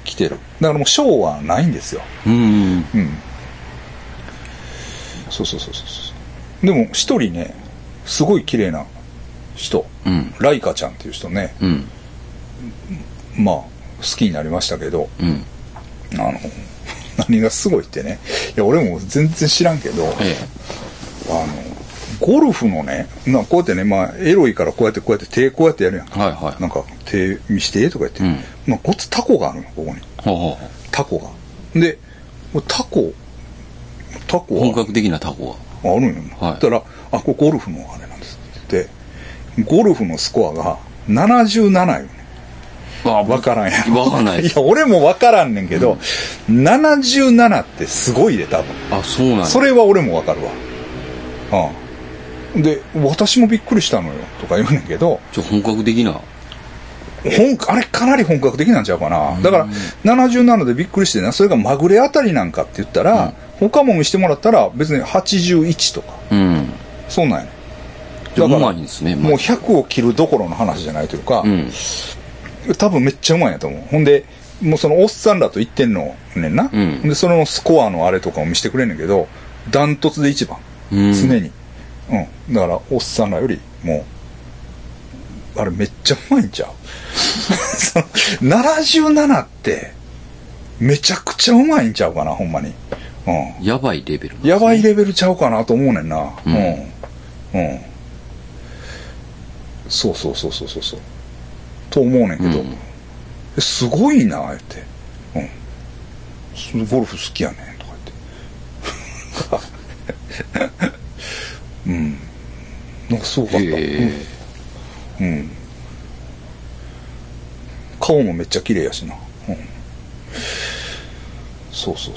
A: 来てるだからもう賞はないんですよ
B: うん。
A: うん。そうそうそうそうそう。でも一人ね、すごい綺麗な人、
B: うん。
A: ライカちゃんっていう人ね、
B: うん。
A: まあ好きになりましたけど、
B: うん。
A: あの、 [laughs] 何がすごいってね、いや俺も全然知らんけど、
B: え
A: あの、ゴルフのね、なこうやってね、まあエロいからこうやってこうやって手こうやってやるやん
B: え。
A: か。
B: はいはい。
A: なんか手見してとか言って、
B: うん
A: まあこっちタコがあるの、ここに。
B: ほうほうほう
A: タコが。で、もうタコ、タコは
B: 本格的なタコ
A: ああるんやな。
B: はい
A: たら、あ、これゴルフのあれなんですって言って、ゴルフのスコアが77よね。
B: が。あ
A: わからんや
B: わかん
A: [laughs]
B: ない
A: い。や、俺もわからんねんけど、77ってすごいで、多分。
B: あ、そうなんや
A: それは俺もわかるわ。うん。で、私もびっくりしたのよ、とか言うねんけど、
B: ちょ、本格的な。
A: 本あれかなり本格的なんちゃうかな。だから、77でびっくりしてな、それがまぐれあたりなんかって言ったら、他も見してもらったら、別に81とか、
B: うん。
A: そうなんやねん。
B: じゃ
A: だ
B: あ、
A: から
B: うまいんですね。
A: もう
B: ま
A: 100を切るどころの話じゃないというか、
B: あうん。
A: 多分めっちゃうまいんやと思う。ほんで、もうそのおっさんらと言ってんのねんな。
B: うん
A: ほで、そのスコアのあれとかを見せてくれんねんけど、ダントツで一番。
B: うん
A: 常に。うん。だから、おっさんらより、もう、あれめっちゃうまいんちゃう [laughs] その、77って、めちゃくちゃうまいんちゃうかな、ほんまに。うん。
B: やばいレベル。
A: やばいレベルちゃうかなと思うねんな。うん。うん。そうそうそうそうそうそうと思うねんけど、
B: うん
A: えすごいな言ってうんそれゴルフ好きやねんとか言って
B: [laughs]
A: うんなんかすごかった、
B: え
A: うん顔もめっちゃ綺麗やしな、うん、そうそうそうそう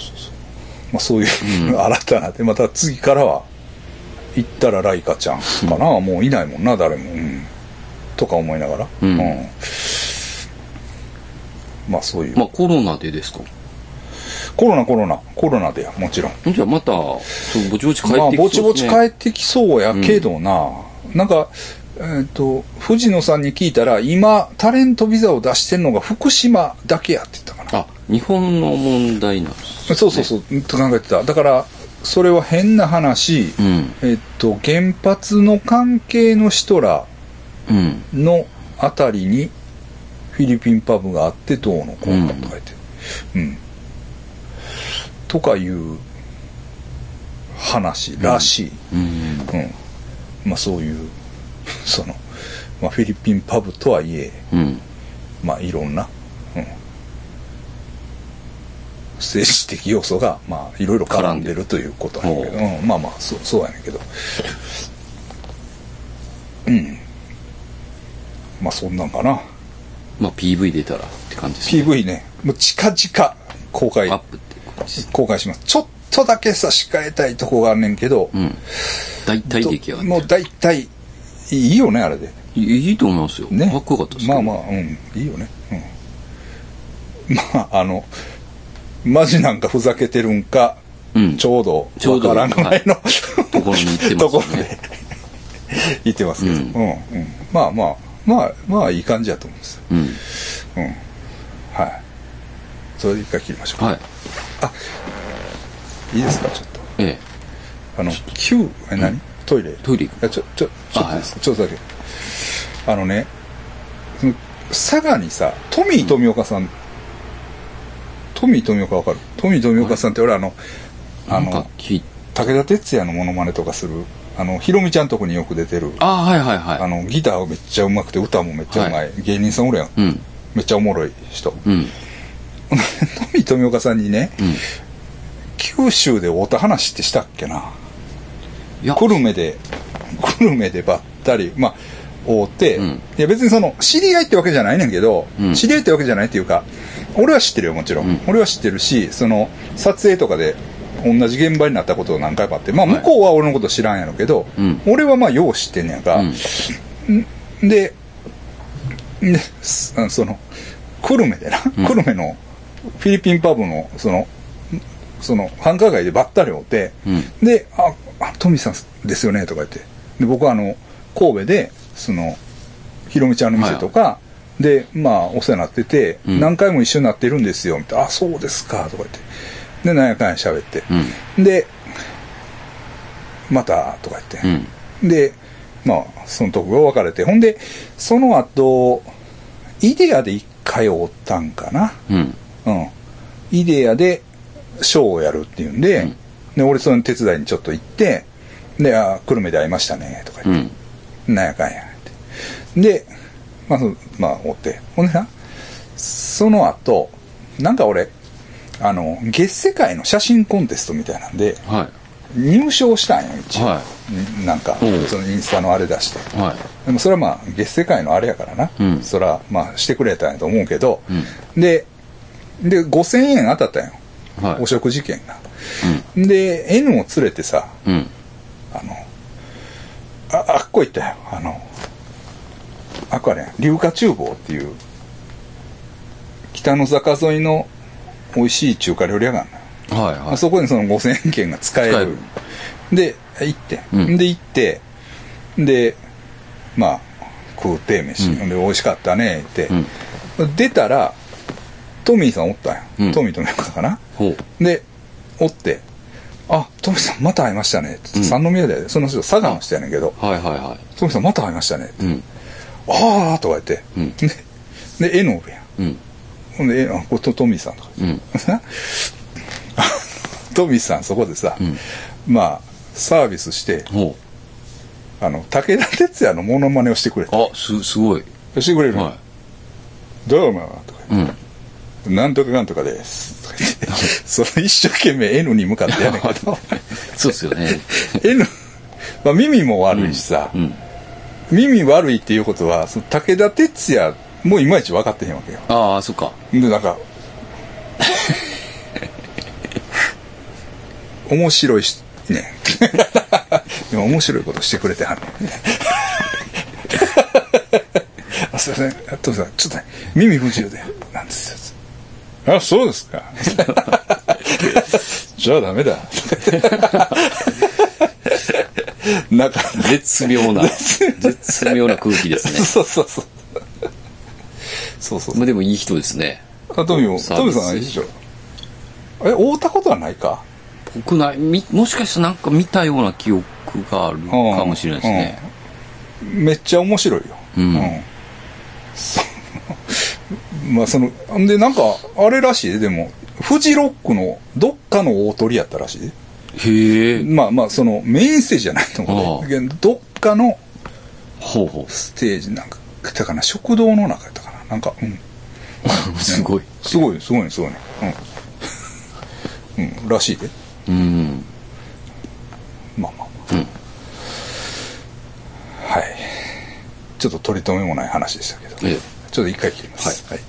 A: まあそういう、 [laughs] 新たなでまた次からは行ったらライカちゃんかな、もういないもんな誰も、うん、とか思いながら、
B: うん
A: まあそういう、
B: まあコロナでですか
A: コロナコロナコロナでやもちろん
B: じゃあまたそうぼちぼち帰ってき
A: まあ
B: そうですね
A: ぼちぼち帰ってきそうやけどな、なんかえっ、と藤野さんに聞いたら今タレントビザを出してんのが福島だけやって言ったかな
B: あ日本の問題なんですね
A: そうそうそう、と考えてただからそれは変な話、
B: うん
A: えっと原発の関係の人ら
B: うん
A: のあたりにフィリピンパブがあってどうのこうのとか言って、うんとかいう話らしい、
B: うん
A: うんまあそういうその、まあ、フィリピンパブとはいえ
B: うん
A: まあいろんな、うん、政治的要素がまあいろいろ絡んでるということなんやけど、うんまあまあそうそうやねんけどうんまあそんなんかな
B: まあ PV 出たらって感じですね
A: PV ねもう近々公開
B: アップって感じです
A: 公開しますちょっとだけ差し替えたいとこがあんねんけど、
B: うん大体出来上がっ
A: もう大体いいよねあれで
B: ていいいと思いますよ
A: ね
B: かっこよかったですけ
A: ま
B: ど
A: あまあうんいいよねうんまああのマジなんかふざけてるんか、
B: うん
A: ちょうど
B: ちょうど
A: わからんぐらいの、
B: ところに行って
A: と
B: ま
A: こ
B: す
A: ろ
B: よ
A: で [laughs]
B: ね
A: 言ってますけど、う
B: うん
A: んうんまあまあまあまあいい感じやと思うんですよ
B: うん
A: はいそれで一回切りましょう、
B: はい
A: い、いですかちょっと
B: ええ
A: あの9え何、トイレ
B: トイレ行
A: いやちょちょちょっと
B: あはい
A: ですちょっとだけあのねその佐賀にさトミー富岡さん、トミー富岡わかるトミー富岡さんって俺あの
B: く
A: あ
B: なんか
A: の
B: 聞い
A: 武田鉄矢のモノマネとかするあのひろみちゃんとこによく出てるあ
B: あはいはいはい
A: のギターがめっちゃうまくて歌もめっちゃうまい、芸人さんおるやん、
B: うん
A: めっちゃおもろい人、
B: う
A: [laughs] ト
B: ん
A: ミー富岡さんにね、
B: うん
A: 九州で会うた話ってしたっけない
B: や
A: 久留米で [laughs] 久留米でばったりまあ会うて、
B: うん
A: いや別にその知り合いってわけじゃないねんけど、
B: うん
A: 知り合いってわけじゃないっていうか俺は知ってるよもちろん、
B: うん
A: 俺は知ってるしその撮影とかで同じ現場になったことを何回かあってまあ
B: はい
A: 向こうは俺のこと知らんやろうけど、
B: うん
A: 俺はまあよう知ってんねやんか、んでですあその久留米でな、
B: ん
A: 久留米のフィリピンパブのそのその繁華街でばったりおって、
B: う
A: で「ああトミーさんですよね」とか言ってで僕はあの神戸でそのひろみちゃんの店とか、でまあお世話になってて、
B: うん
A: 何回も一緒になってるんですよみたいな「あそうですか」とか言ってでなんやかんや喋って、
B: うん
A: で「また」とか言って、
B: うん
A: で、まあ、そのとこが別れて、ほんで、その後、イデアで一回おったんかな。
B: うん
A: うん。イデアでショーをやるっていうんで、
B: うん
A: で、俺その手伝いにちょっと行って、で、あ、久留米で会いましたね、とか
B: う
A: 言って、
B: ん
A: なんやかんやって。で、まあ、そのまあ、おって。ほんでな、その後、なんか俺、あの、月世界の写真コンテストみたいなんで、
B: は
A: 入賞したんよ、一応。
B: は
A: なんか
B: うん、
A: そのインスタのあれ出して。
B: いは
A: でもそれはまあ、月世界のあれやからな。
B: うん
A: そら、まあ、してくれたんやと思うけど、
B: う
A: で、で、5000円当たったんよ。
B: いはい
A: お食事券が。で、N を連れてさ、
B: うんうん
A: あの、あ、あっこ行ったよ。あの、あっこあれやん、硫化厨房っていう、北の坂沿いの美味しい中華料理屋があるのよ。
B: はいはい
A: あそこにその5000円券が使える。
B: 使える
A: で、行って、
B: うん
A: で、行って、で、まあ、食うて、飯。
B: うん
A: ほんで、美味しかったね、って
B: う。ん
A: 出たら、トミーさんおったんや。
B: うん
A: トミーとのかかな。
B: ほう
A: で、おって、あ、トミーさんまた会いましたね、って。
B: うん
A: 三宮で、その人、佐賀の人やねんけど、
B: はいはいは
A: トミーさんまた会いましたね、
B: いうん
A: あーとか言って。
B: うん
A: で、で、絵の上やん。
B: うん
A: ほんで、えあ、これトトミーさんとか。
B: うん
A: [laughs] トミーさんそこでさ、
B: うん
A: まあサービスして
B: ほ
A: あの、武田鉄矢のモノマネをしてくれた。
B: あ、す、すごい。
A: してくれるの。
B: は
A: どうも、とか
B: い。うん。
A: 言ってなんとかなんとか [laughs] です。とか言って、その一生懸命 N に向かってやねんけど、
B: そうっすよね。
A: N、ま [laughs] あ耳も悪いしさ、
B: うん。
A: 耳悪いっていうことは、その武田鉄矢もいまいち分かってへんわけよ。
B: ああ、そっか。
A: で、なんか、面白いし、ね。でも面白いことしてくれてはんねん。あ、すいません。あトムさん、ちょっとね、耳不自由で、なんですよ。あ、そうですか。 [laughs] じゃあダメだ。 [laughs] なんか、
B: 絶
A: [laughs]
B: 妙な、絶妙な空気ですね。
A: そうそうそう。そうそう
B: まあでもいい人ですね。
A: あ、トミーも、
B: サ
A: ト
B: ー
A: ミ
B: ビ
A: ー
B: ス
A: さんあれでしょ。え、会うたことはないか
B: 僕ない、み、もしかしたらなんか見たような記憶があるかもしれないですね。
A: めっちゃ面白いよ。
B: うん
A: その [laughs] まあ、その、んで、なんか、あれらしいで、でも、フジロックのどっかの大鳥やったらしいで。
B: へえ。
A: まあまあ、その、メインステージじゃないと思うけど、けどどっかの
B: ほうほ
A: ステージ、なんか、だかな、食堂の中やったかな。なんか、うん。
B: う。すごい。
A: すごい、すごい、すごい。うん。うん、らしいで。
B: うん。
A: まあまあまあ、
B: うん
A: はいちょっと取り留めもない話でしたけど
B: ええ
A: ちょっと一回切ります、はい